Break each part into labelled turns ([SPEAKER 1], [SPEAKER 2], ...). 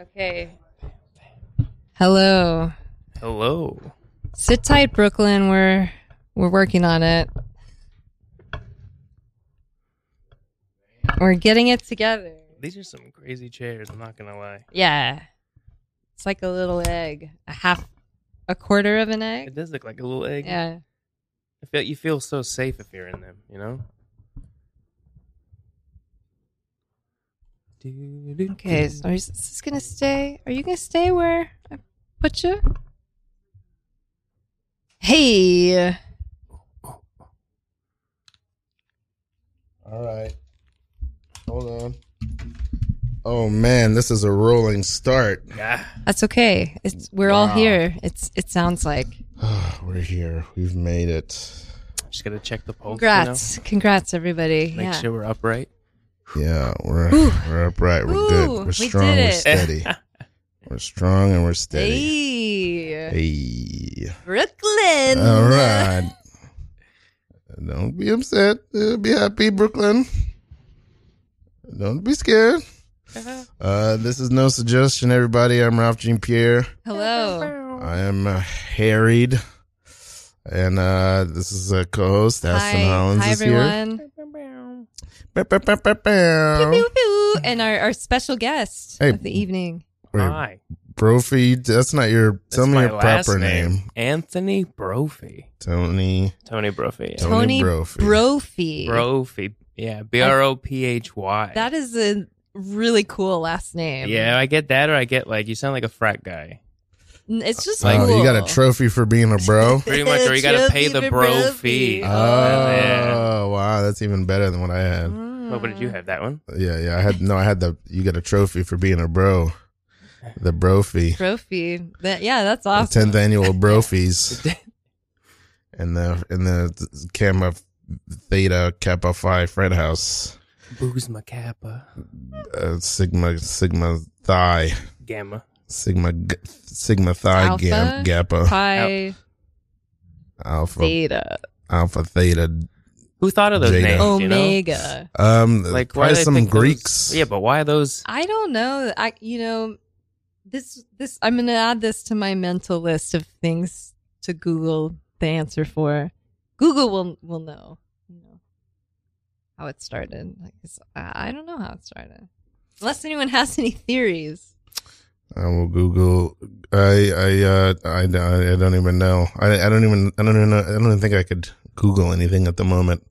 [SPEAKER 1] Okay. Hello.
[SPEAKER 2] Hello.
[SPEAKER 1] Sit tight, Brooklyn. We're we're working on it. We're getting it together.
[SPEAKER 2] These are some crazy chairs, I'm not gonna lie.
[SPEAKER 1] Yeah. It's like a little egg. A half a quarter of an
[SPEAKER 2] It
[SPEAKER 1] egg.
[SPEAKER 2] does look like a little egg.
[SPEAKER 1] Yeah.
[SPEAKER 2] I feel you feel so safe if you're in them, you know?
[SPEAKER 1] Okay, so is is this gonna stay? Are you gonna stay where I put you? Hey,
[SPEAKER 3] All right. Hold on. Oh man, this is a rolling start.
[SPEAKER 2] Yeah.
[SPEAKER 1] that's okay. It's we're all
[SPEAKER 3] Wow.
[SPEAKER 1] here. It's it sounds like
[SPEAKER 3] We're here. We've made it.
[SPEAKER 2] Just gotta check the pulse. you know?
[SPEAKER 1] congrats, congrats everybody.
[SPEAKER 2] Make
[SPEAKER 1] yeah.
[SPEAKER 2] sure we're upright.
[SPEAKER 3] Yeah, we're
[SPEAKER 1] Ooh.
[SPEAKER 3] we're upright. We're good.
[SPEAKER 1] Ooh,
[SPEAKER 3] We're
[SPEAKER 1] we did
[SPEAKER 3] strong. We're
[SPEAKER 1] it.
[SPEAKER 3] steady. we're strong and we're steady.
[SPEAKER 1] Hey,
[SPEAKER 3] Hey.
[SPEAKER 1] Brooklyn.
[SPEAKER 3] All right. Don't be upset. Uh, Be happy, Brooklyn. Don't be scared.
[SPEAKER 1] Uh-huh.
[SPEAKER 3] Uh, this is no suggestion, everybody. I'm Ralph Jean Pierre.
[SPEAKER 1] Hello.
[SPEAKER 3] I am uh, harried, and uh, this is a co-host, Aston
[SPEAKER 1] hi,
[SPEAKER 3] Hollins
[SPEAKER 1] hi
[SPEAKER 3] is
[SPEAKER 1] everyone.
[SPEAKER 3] here. Bow, bow, bow, bow.
[SPEAKER 1] Pew, pew. And our, our special guest
[SPEAKER 3] Hey.
[SPEAKER 1] of the evening.
[SPEAKER 3] Wait,
[SPEAKER 2] Hi.
[SPEAKER 3] Brophy, that's not your. tell
[SPEAKER 2] That's
[SPEAKER 3] me
[SPEAKER 2] my
[SPEAKER 3] your
[SPEAKER 2] last
[SPEAKER 3] proper name,
[SPEAKER 2] Anthony Brophy.
[SPEAKER 3] Tony.
[SPEAKER 2] Tony Brophy. yeah.
[SPEAKER 3] Tony
[SPEAKER 1] Tony
[SPEAKER 3] Brophy.
[SPEAKER 1] Brophy.
[SPEAKER 2] Brophy. Yeah. B R O P H Y.
[SPEAKER 1] That is a really cool last name.
[SPEAKER 2] Yeah, I get that or I get like you sound like a frat guy.
[SPEAKER 1] N- It's just
[SPEAKER 3] Oh,
[SPEAKER 1] cool.
[SPEAKER 3] you got a trophy for being a bro.
[SPEAKER 2] Pretty much or you gotta pay
[SPEAKER 1] Trophy
[SPEAKER 2] the
[SPEAKER 1] for
[SPEAKER 2] bro
[SPEAKER 1] Brophy.
[SPEAKER 2] fee.
[SPEAKER 3] oh,
[SPEAKER 2] yeah.
[SPEAKER 3] wow, that's even better than what I had.
[SPEAKER 1] Mm.
[SPEAKER 2] Well, what did you have? That one?
[SPEAKER 3] Yeah, yeah, I had no, I had the. You got a trophy for being a bro, the Brophy,
[SPEAKER 1] Trophy. That, yeah, that's
[SPEAKER 3] the
[SPEAKER 1] awesome.
[SPEAKER 3] tenth annual Brophies. in the in the Gamma Theta Kappa Phi Fred House,
[SPEAKER 2] Booze Macappa.
[SPEAKER 3] uh, Sigma Sigma Thigh
[SPEAKER 2] Gamma.
[SPEAKER 3] Sigma G- Sigma Thigh
[SPEAKER 1] Alpha?
[SPEAKER 3] Gam, Kappa
[SPEAKER 1] Pi
[SPEAKER 3] Alpha
[SPEAKER 1] Theta
[SPEAKER 3] Alpha Theta.
[SPEAKER 2] Who thought of those
[SPEAKER 3] Jada.
[SPEAKER 2] names? you know?
[SPEAKER 1] Omega.
[SPEAKER 3] Um,
[SPEAKER 2] Like
[SPEAKER 3] like
[SPEAKER 2] why
[SPEAKER 3] probably
[SPEAKER 2] do they
[SPEAKER 3] some
[SPEAKER 2] pick those-
[SPEAKER 3] Greeks.
[SPEAKER 2] Yeah, but why those?
[SPEAKER 1] I don't know. I you know this this I'm going to add this to my mental list of things to Google the answer for. Google will will know, you know how it started. Like it's, I I don't know how it started. Unless anyone has any theories.
[SPEAKER 3] I will Google. I I uh I, I don't even know. I I don't even I don't even know. I don't even think I could Google anything at the moment.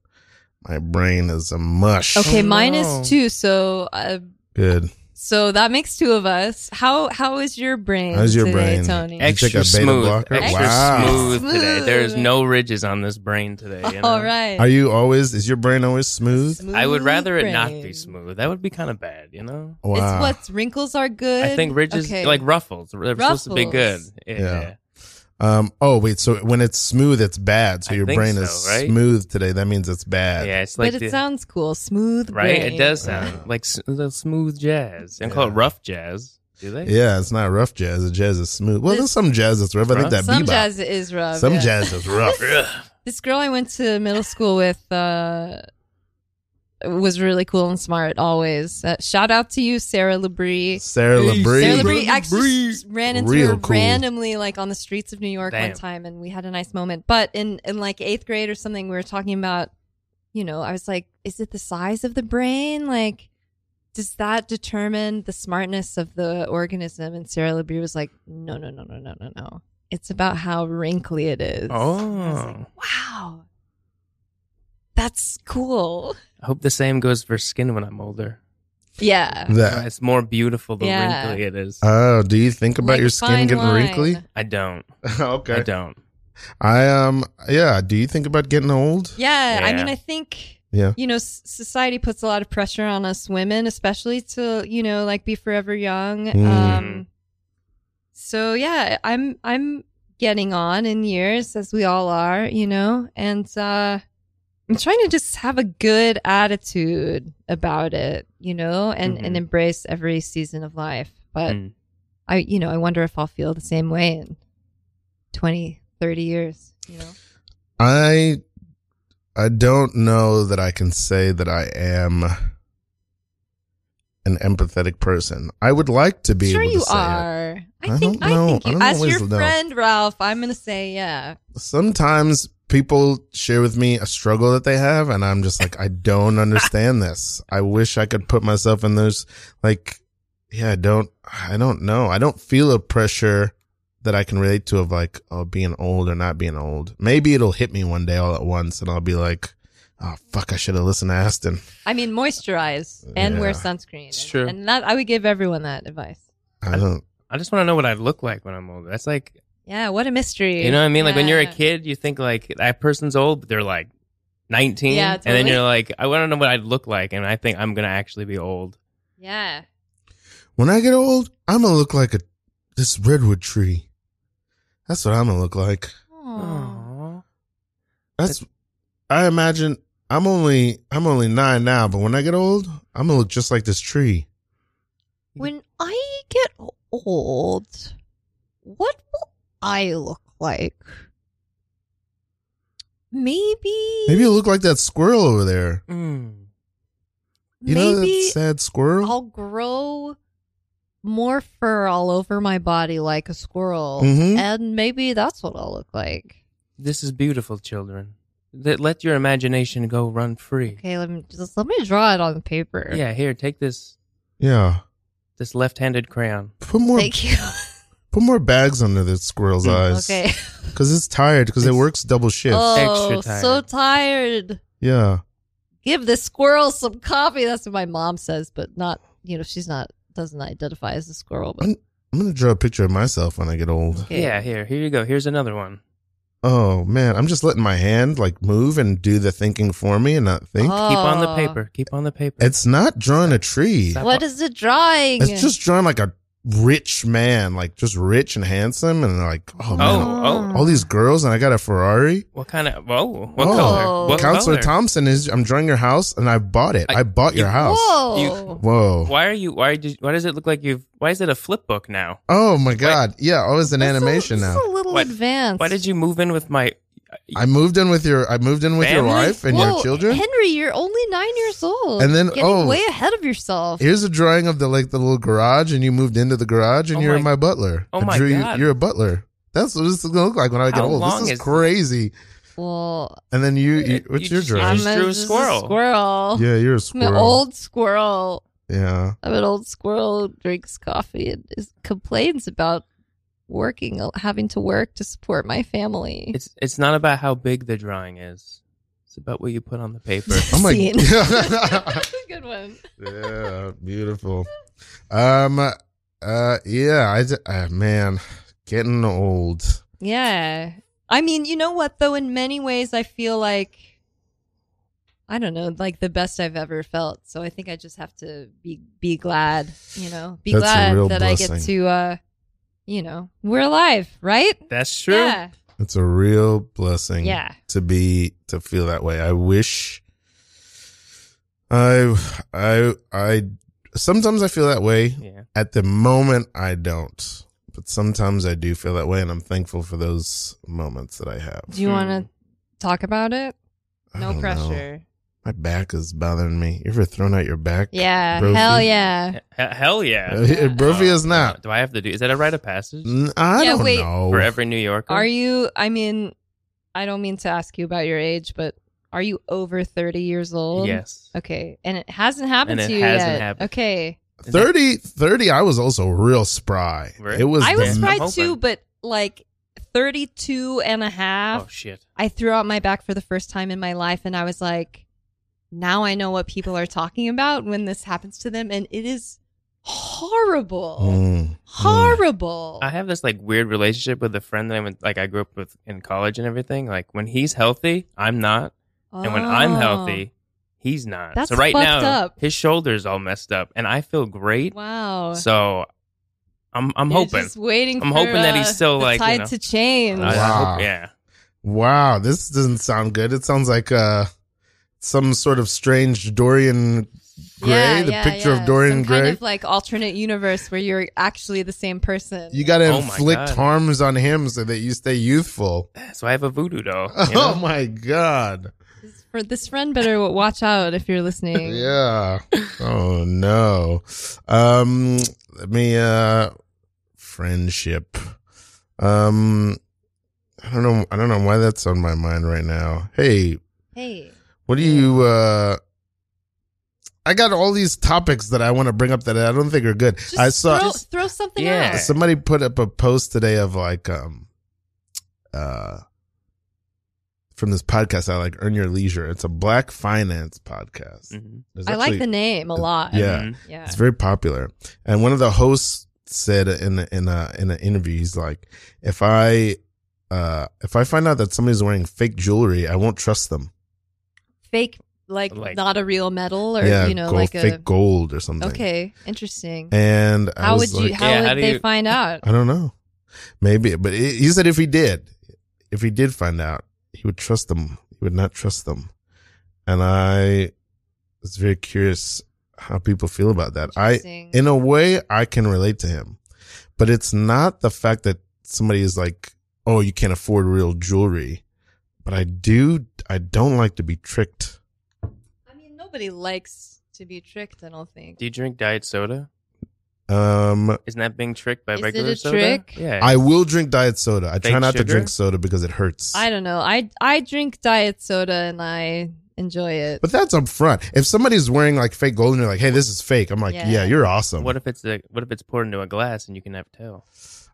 [SPEAKER 3] My brain is a mush.
[SPEAKER 1] Okay,
[SPEAKER 2] Oh,
[SPEAKER 1] mine
[SPEAKER 2] no.
[SPEAKER 1] is two, so uh,
[SPEAKER 3] Good.
[SPEAKER 1] So that makes two of us. How how is your brain?
[SPEAKER 3] How's your
[SPEAKER 1] today,
[SPEAKER 3] brain?
[SPEAKER 1] Tony?
[SPEAKER 3] Ex-
[SPEAKER 2] Extra
[SPEAKER 3] a beta
[SPEAKER 2] smooth,
[SPEAKER 3] blocker?
[SPEAKER 2] extra
[SPEAKER 3] Wow.
[SPEAKER 2] smooth today.
[SPEAKER 1] Smooth.
[SPEAKER 2] There's no ridges on this brain today. You know?
[SPEAKER 1] All right.
[SPEAKER 3] Are you always? Is your brain always smooth?
[SPEAKER 1] Smooth
[SPEAKER 2] I would rather it not be
[SPEAKER 1] brain.
[SPEAKER 2] smooth. That would be kind of bad, you know.
[SPEAKER 3] Wow.
[SPEAKER 1] It's what's wrinkles are good.
[SPEAKER 2] I think ridges,
[SPEAKER 1] Okay.
[SPEAKER 2] like ruffles, they're supposed to be good.
[SPEAKER 1] Ruffles.
[SPEAKER 2] Yeah.
[SPEAKER 3] Yeah. Um. Oh wait. So when it's smooth, it's bad. So
[SPEAKER 2] I
[SPEAKER 3] your
[SPEAKER 2] think
[SPEAKER 3] brain
[SPEAKER 2] so,
[SPEAKER 3] is
[SPEAKER 2] right?
[SPEAKER 3] smooth today. That means it's bad.
[SPEAKER 2] Yeah, it's
[SPEAKER 1] but
[SPEAKER 2] like
[SPEAKER 1] it
[SPEAKER 2] the-
[SPEAKER 1] sounds cool. Smooth
[SPEAKER 2] right.
[SPEAKER 1] brain.
[SPEAKER 2] It does sound like s- the smooth jazz. They don't call it
[SPEAKER 3] Yeah.
[SPEAKER 2] rough jazz, do they?
[SPEAKER 3] Yeah, It's not rough jazz. The jazz is smooth. Well, there's some jazz that's rough. I think that
[SPEAKER 1] Some
[SPEAKER 3] bebop.
[SPEAKER 1] jazz is rough.
[SPEAKER 3] some
[SPEAKER 1] yeah.
[SPEAKER 3] jazz is rough.
[SPEAKER 1] This girl I went to middle school with uh, was really cool and smart. Always. Uh, shout out to you, Sarah Labrie.
[SPEAKER 3] Sarah
[SPEAKER 2] Hey,
[SPEAKER 3] Labrie.
[SPEAKER 1] Sarah
[SPEAKER 2] Labrie.
[SPEAKER 1] Labrie actually s- ran into
[SPEAKER 3] Real
[SPEAKER 1] her
[SPEAKER 3] cool.
[SPEAKER 1] randomly, like on the streets of New York
[SPEAKER 2] Damn.
[SPEAKER 1] one time, and we had a nice moment. But in in like eighth grade or something, we were talking about, you know, I was like, is it the size of the brain? Like, does that determine the smartness of the organism? And Sarah Labrie was like, no, no, no, no, no, no, no. It's about how wrinkly it is. And I was
[SPEAKER 2] Oh,
[SPEAKER 1] like, wow, that's cool.
[SPEAKER 2] I hope the same goes for skin when I'm older.
[SPEAKER 1] Yeah.
[SPEAKER 3] That-
[SPEAKER 2] it's more beautiful the
[SPEAKER 1] Yeah.
[SPEAKER 2] wrinkly it is.
[SPEAKER 3] Oh, do you think about
[SPEAKER 1] Like
[SPEAKER 3] your skin
[SPEAKER 1] fine
[SPEAKER 3] getting
[SPEAKER 1] wine.
[SPEAKER 3] wrinkly?
[SPEAKER 2] I don't. I
[SPEAKER 3] okay.
[SPEAKER 2] don't.
[SPEAKER 3] I, um. Yeah. Do you think about getting old?
[SPEAKER 1] Yeah, I
[SPEAKER 2] Yeah.
[SPEAKER 1] mean, I think
[SPEAKER 3] Yeah.
[SPEAKER 1] you know, s- society puts a lot of pressure on us women, especially to you know, like be forever young.
[SPEAKER 3] Mm.
[SPEAKER 1] Um, so yeah, I'm I'm getting on in years as we all are, you know, and uh, I'm trying to just have a good attitude about it, you know, and and
[SPEAKER 2] Mhm.
[SPEAKER 1] embrace every season of life. But
[SPEAKER 2] Mm.
[SPEAKER 1] I, you know, I wonder if I'll feel the same way in 20, 30 years, you know.
[SPEAKER 3] I I don't know that I can say that I am an empathetic person. I would like to be
[SPEAKER 1] sure
[SPEAKER 3] able to
[SPEAKER 1] you
[SPEAKER 3] say it.
[SPEAKER 1] are.
[SPEAKER 3] I
[SPEAKER 1] I think
[SPEAKER 3] don't
[SPEAKER 1] I
[SPEAKER 3] know.
[SPEAKER 1] think
[SPEAKER 3] I
[SPEAKER 1] you,
[SPEAKER 3] don't
[SPEAKER 1] as
[SPEAKER 3] always
[SPEAKER 1] your
[SPEAKER 3] know.
[SPEAKER 1] friend Ralph, I'm gonna say yeah.
[SPEAKER 3] Sometimes people share with me a struggle that they have, and I'm just like, I don't understand this. I wish I could put myself in those. Like, yeah, I don't, I don't know. I don't feel a pressure that I can relate to of like, oh, being old or not being old. Maybe it'll hit me one day all at once, and I'll be like, oh fuck, I should have listened to Aston.
[SPEAKER 1] I mean moisturize and wear
[SPEAKER 3] Yeah.
[SPEAKER 1] sunscreen.
[SPEAKER 2] It's
[SPEAKER 1] And-
[SPEAKER 2] true.
[SPEAKER 1] And that I would give everyone that advice.
[SPEAKER 3] I don't.
[SPEAKER 2] I just want to know what I look like when I'm older. That's like,
[SPEAKER 1] Yeah, what a mystery.
[SPEAKER 2] you know what I mean? Like when you're a
[SPEAKER 1] Yeah.
[SPEAKER 2] kid, you think like that person's old, but they're like 19.
[SPEAKER 1] Yeah,
[SPEAKER 2] And
[SPEAKER 1] totally.
[SPEAKER 2] then you're like, I want to know what I'd look like. And I think I'm going to actually be old.
[SPEAKER 1] Yeah.
[SPEAKER 3] When I get old, I'm gonna look like a this redwood tree. That's what I'm gonna look like.
[SPEAKER 1] Aw.
[SPEAKER 2] Aw.
[SPEAKER 3] That's I imagine I'm only I'm only nine now, but when I get old, I'm gonna look just like this tree.
[SPEAKER 1] When I get old, what will I look like? Maybe
[SPEAKER 3] Maybe you look like that squirrel over there.
[SPEAKER 2] Mm.
[SPEAKER 3] You know that sad squirrel?
[SPEAKER 1] I'll grow more fur all over my body like a squirrel,
[SPEAKER 3] Mhm.
[SPEAKER 2] Mm-hmm.
[SPEAKER 1] and maybe that's what I'll look like.
[SPEAKER 2] This is beautiful, children. Let, let your imagination go run free.
[SPEAKER 1] Okay, let me just let me draw it on paper.
[SPEAKER 2] Yeah, here, take this
[SPEAKER 3] yeah.
[SPEAKER 2] this left-handed crayon.
[SPEAKER 3] Put more
[SPEAKER 1] thank you.
[SPEAKER 3] put more bags under the squirrel's eyes.
[SPEAKER 1] okay.
[SPEAKER 3] Cause it's tired because it
[SPEAKER 2] It's-
[SPEAKER 3] works double shifts.
[SPEAKER 1] Oh,
[SPEAKER 2] extra
[SPEAKER 1] so tired.
[SPEAKER 3] yeah.
[SPEAKER 1] Give the squirrel some coffee. That's what my mom says, but not you know she's not doesn't identify as a squirrel.
[SPEAKER 3] Mm.
[SPEAKER 1] But
[SPEAKER 3] I'm gonna draw a picture of myself when I get old.
[SPEAKER 1] okay.
[SPEAKER 2] Yeah, here, here you go. Here's another one.
[SPEAKER 3] Oh man, I'm just letting my hand like move and do the thinking for me and not think.
[SPEAKER 1] Oh.
[SPEAKER 2] Keep on the paper. Keep on the paper.
[SPEAKER 3] It's not drawing a tree.
[SPEAKER 2] Stop.
[SPEAKER 1] Ah, What is the drawing?
[SPEAKER 3] It's just drawing like a rich man, like just rich and handsome, and like oh, man,
[SPEAKER 2] Oh,
[SPEAKER 3] all these girls, and I got a Ferrari.
[SPEAKER 2] What kind of? Whoa! What
[SPEAKER 3] Oh.
[SPEAKER 2] color? What
[SPEAKER 3] Counselor
[SPEAKER 2] color?
[SPEAKER 3] Thompson is. I'm drawing your house, and I bought it. I,
[SPEAKER 2] I-
[SPEAKER 3] bought your
[SPEAKER 2] you-
[SPEAKER 3] house.
[SPEAKER 1] Whoa.
[SPEAKER 3] Whoa.
[SPEAKER 2] Why are you? Why did? Why does it look like you've? Why is it a flip book now?
[SPEAKER 3] Oh my God! Yeah, oh, it's an
[SPEAKER 1] That's a-
[SPEAKER 3] animation
[SPEAKER 1] that's
[SPEAKER 3] now.
[SPEAKER 1] a little
[SPEAKER 2] What-
[SPEAKER 1] advanced.
[SPEAKER 2] Why did you move in with my?
[SPEAKER 3] I moved in with your. I moved in with your
[SPEAKER 2] Family?
[SPEAKER 3] wife and
[SPEAKER 1] Whoa,
[SPEAKER 3] your children.
[SPEAKER 1] Henry, you're only nine years old.
[SPEAKER 3] And then-
[SPEAKER 1] Getting
[SPEAKER 3] oh.
[SPEAKER 1] way ahead of yourself.
[SPEAKER 3] Here's a drawing of the like the little garage, and you moved into the garage, and
[SPEAKER 2] Oh
[SPEAKER 3] you're my,
[SPEAKER 2] my-
[SPEAKER 3] butler.
[SPEAKER 2] Oh
[SPEAKER 3] I
[SPEAKER 2] my
[SPEAKER 3] drew you-
[SPEAKER 2] God.
[SPEAKER 3] You're a butler. That's what this is gonna look like when I get
[SPEAKER 2] How
[SPEAKER 3] old.
[SPEAKER 2] long
[SPEAKER 3] This is,
[SPEAKER 2] is-
[SPEAKER 3] crazy.
[SPEAKER 1] well,
[SPEAKER 3] And then you, you
[SPEAKER 2] You
[SPEAKER 3] what's your
[SPEAKER 2] just-
[SPEAKER 1] I'm
[SPEAKER 3] drawing?
[SPEAKER 2] just drew a
[SPEAKER 1] just
[SPEAKER 2] squirrel.
[SPEAKER 1] squirrel.
[SPEAKER 3] Yeah,
[SPEAKER 1] I'm
[SPEAKER 3] you're a
[SPEAKER 1] an
[SPEAKER 3] squirrel.
[SPEAKER 1] old squirrel.
[SPEAKER 3] Yeah.
[SPEAKER 1] I'm an old squirrel who drinks coffee and is, complains about working, having to work to support my family.
[SPEAKER 2] It's it's not about how big the drawing is. It's about what you put on the paper.
[SPEAKER 3] Oh my
[SPEAKER 1] Scene.
[SPEAKER 3] god.
[SPEAKER 1] Good one.
[SPEAKER 3] yeah, beautiful. Um uh yeah, I d- uh, man, getting old.
[SPEAKER 1] Yeah. I mean, you know what though? In many ways, I feel like I don't know, like the best I've ever felt. So I think I just have to be be glad, you know, be
[SPEAKER 3] That's a
[SPEAKER 1] glad
[SPEAKER 3] real
[SPEAKER 1] that I get
[SPEAKER 3] blessing.
[SPEAKER 1] to, uh you know, we're alive, right?
[SPEAKER 2] That's true.
[SPEAKER 1] Yeah.
[SPEAKER 3] It's a real blessing
[SPEAKER 1] Yeah.
[SPEAKER 3] to be to feel that way. I wish I I I sometimes I feel that way.
[SPEAKER 2] Yeah.
[SPEAKER 3] At the moment I don't. But sometimes I do feel that way and I'm thankful for those moments that I have.
[SPEAKER 1] Do you
[SPEAKER 2] Hmm.
[SPEAKER 1] want to talk about it?
[SPEAKER 3] I
[SPEAKER 1] No
[SPEAKER 3] don't know.
[SPEAKER 1] pressure.
[SPEAKER 3] My back is bothering me. You ever thrown out your back?
[SPEAKER 1] Yeah.
[SPEAKER 3] Bro-
[SPEAKER 1] Hell yeah.
[SPEAKER 2] He- hell yeah.
[SPEAKER 3] Uh, Brophy is not.
[SPEAKER 2] Do I have to do? Is that a rite of passage
[SPEAKER 3] N- I
[SPEAKER 1] Yeah,
[SPEAKER 3] don't
[SPEAKER 1] wait.
[SPEAKER 3] know.
[SPEAKER 2] for every New Yorker?
[SPEAKER 1] Are you, I mean, I don't mean to ask you about your age, but are you over 30 years old?
[SPEAKER 2] Yes.
[SPEAKER 1] Okay. And it hasn't happened
[SPEAKER 2] And
[SPEAKER 1] to
[SPEAKER 2] it
[SPEAKER 1] you
[SPEAKER 2] hasn't
[SPEAKER 1] yet.
[SPEAKER 2] happened.
[SPEAKER 1] Okay.
[SPEAKER 3] 30, 30, I was also real spry.
[SPEAKER 2] Right.
[SPEAKER 3] It was.
[SPEAKER 1] I was
[SPEAKER 3] the-
[SPEAKER 2] I'm
[SPEAKER 1] fried
[SPEAKER 2] hoping.
[SPEAKER 1] too, but like 32 and a half,
[SPEAKER 2] Oh shit.
[SPEAKER 1] I threw out my back for the first time in my life. And I was like, now I know what people are talking about when this happens to them. And it is horrible.
[SPEAKER 3] Mm.
[SPEAKER 1] Horrible.
[SPEAKER 2] I have this like weird relationship with a friend that I went like I grew up with in college and everything. Like when he's healthy, I'm not, and when I'm
[SPEAKER 1] Oh.
[SPEAKER 2] healthy, he's not.
[SPEAKER 1] That's
[SPEAKER 2] so right
[SPEAKER 1] fucked
[SPEAKER 2] now,
[SPEAKER 1] up.
[SPEAKER 2] his shoulders all messed up, and I feel great.
[SPEAKER 1] Oh, Wow.
[SPEAKER 2] So I'm I'm
[SPEAKER 1] You're
[SPEAKER 2] hoping.
[SPEAKER 1] Just waiting
[SPEAKER 2] I'm
[SPEAKER 1] for,
[SPEAKER 2] hoping that he's
[SPEAKER 1] uh,
[SPEAKER 2] still,
[SPEAKER 1] the
[SPEAKER 2] like, you
[SPEAKER 1] tide
[SPEAKER 2] know.
[SPEAKER 1] to change.
[SPEAKER 2] I- I
[SPEAKER 3] Wow.
[SPEAKER 2] hope- yeah.
[SPEAKER 3] Wow, this doesn't sound good. It sounds like uh, some sort of strange Dorian Gray,
[SPEAKER 1] Yeah,
[SPEAKER 3] the
[SPEAKER 1] yeah,
[SPEAKER 3] picture
[SPEAKER 1] yeah.
[SPEAKER 3] of Dorian
[SPEAKER 1] Some
[SPEAKER 3] Gray.
[SPEAKER 1] kind of like alternate universe where you're actually the same person.
[SPEAKER 3] you got to
[SPEAKER 2] Oh my
[SPEAKER 3] inflict
[SPEAKER 2] God.
[SPEAKER 3] harms on him so that you stay youthful.
[SPEAKER 2] So I have a voodoo doll.
[SPEAKER 3] Oh
[SPEAKER 2] you know?
[SPEAKER 3] my God.
[SPEAKER 1] It's for this friend better watch out if you're listening.
[SPEAKER 3] yeah. Oh no. Um let me uh friendship. Um I don't know I don't know why that's on my mind right now. Hey,
[SPEAKER 1] Hey,
[SPEAKER 3] what do you uh I got all these topics that I want to bring up that I don't think are good.
[SPEAKER 1] just
[SPEAKER 3] I saw
[SPEAKER 1] throw, throw something
[SPEAKER 2] Yeah.
[SPEAKER 1] out.
[SPEAKER 3] somebody put up a post today of like um uh from this podcast I like Earn Your Leisure. It's a black finance podcast.
[SPEAKER 2] Mhm.
[SPEAKER 3] There's
[SPEAKER 1] Mm. I like
[SPEAKER 3] actually-
[SPEAKER 1] the name a lot.
[SPEAKER 3] Yeah.
[SPEAKER 2] Mhm.
[SPEAKER 1] yeah.
[SPEAKER 3] It's very popular. And one of the hosts said in a, in a in an interview, he's like, if I uh if I find out that somebody's wearing fake jewelry, I won't trust them.
[SPEAKER 1] Fake, like,
[SPEAKER 2] Like-
[SPEAKER 1] not a real metal, or
[SPEAKER 3] yeah,
[SPEAKER 1] you know,
[SPEAKER 3] gold-
[SPEAKER 1] like
[SPEAKER 3] fake
[SPEAKER 1] a.
[SPEAKER 3] gold or something.
[SPEAKER 1] Okay, interesting.
[SPEAKER 3] And I
[SPEAKER 1] how would
[SPEAKER 3] was
[SPEAKER 1] you?
[SPEAKER 3] like,
[SPEAKER 1] How
[SPEAKER 2] Yeah,
[SPEAKER 1] would
[SPEAKER 2] how do
[SPEAKER 1] they
[SPEAKER 2] you-
[SPEAKER 1] find out?
[SPEAKER 3] I don't know. Maybe, but he he said if he did, if he did find out, he would trust them. He would not trust them. And I was very curious how people feel about that. I,
[SPEAKER 1] Interesting.
[SPEAKER 3] in a way, I can relate to him, but it's not the fact that somebody is like, "Oh, you can't afford real jewelry," but I do. I don't like to be tricked.
[SPEAKER 1] I mean, nobody likes to be tricked. I don't think.
[SPEAKER 2] Do you drink diet soda?
[SPEAKER 3] Um,
[SPEAKER 2] Isn't that being tricked by
[SPEAKER 1] Is it
[SPEAKER 2] regular
[SPEAKER 1] a
[SPEAKER 2] soda?
[SPEAKER 1] trick?
[SPEAKER 2] Yeah.
[SPEAKER 3] I will drink diet soda. I try
[SPEAKER 2] Eh. Fake
[SPEAKER 3] not to
[SPEAKER 2] sugar?
[SPEAKER 3] drink soda because it hurts.
[SPEAKER 1] I don't know. I I drink diet soda and I enjoy it.
[SPEAKER 3] But that's up front. If somebody's wearing like fake gold and you're like, hey, this is fake, I'm like, yeah,
[SPEAKER 1] Yeah.
[SPEAKER 3] you're awesome.
[SPEAKER 2] what if it's a, what if it's poured into a glass and you can never tell?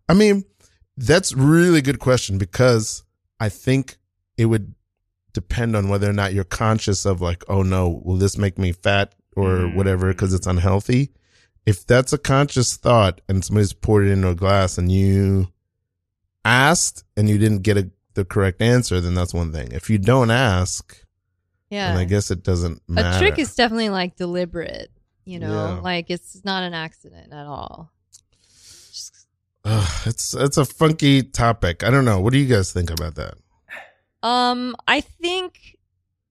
[SPEAKER 3] I mean, that's really good question because I think it would depend on whether or not you're conscious of like, oh no, will this make me fat or
[SPEAKER 2] Mm.
[SPEAKER 3] whatever because it's unhealthy? If that's a conscious thought and somebody's poured it into a glass and you asked and you didn't get a, the correct answer, then that's one thing. If you don't ask, then
[SPEAKER 1] Yeah,
[SPEAKER 3] I guess it doesn't matter.
[SPEAKER 1] a trick is definitely like deliberate. You know,
[SPEAKER 3] Yeah.
[SPEAKER 1] like it's not an accident at all. Just-
[SPEAKER 3] Ugh, it's it's a funky topic. I don't know. What do you guys think about that?
[SPEAKER 1] Um, I think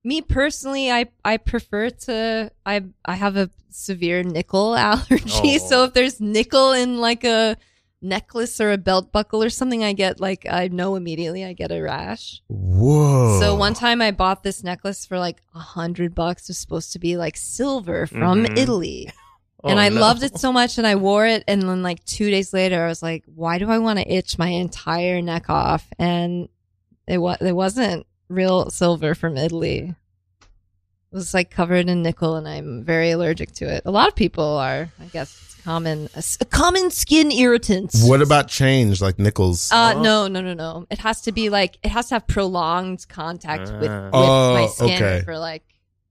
[SPEAKER 1] me personally, I I prefer to I I have a severe nickel allergy,
[SPEAKER 2] Oh.
[SPEAKER 1] so if there's nickel in like a necklace or a belt buckle or something, I get like I know immediately I get a rash.
[SPEAKER 3] Whoa!
[SPEAKER 2] Oh.
[SPEAKER 1] So one time I bought this necklace for like a hundred bucks. It was supposed to be like silver from
[SPEAKER 2] Mhm.
[SPEAKER 1] Italy.
[SPEAKER 2] Oh,
[SPEAKER 1] and I
[SPEAKER 2] no.
[SPEAKER 1] loved it so much and I wore it. And then like two days later, I was like, why do I want to itch my entire neck off? And it, wa- it wasn't real silver from Italy. It was like covered in nickel and I'm very allergic to it. A lot of people are, I guess it's common, it's a common skin irritant.
[SPEAKER 3] What about change like nickels?
[SPEAKER 1] Uh,
[SPEAKER 2] Oh.
[SPEAKER 1] no, no, no, no. It has to be like it has to have prolonged contact with,
[SPEAKER 2] Ah.
[SPEAKER 1] with
[SPEAKER 3] Oh,
[SPEAKER 1] my skin
[SPEAKER 3] okay.
[SPEAKER 1] for like,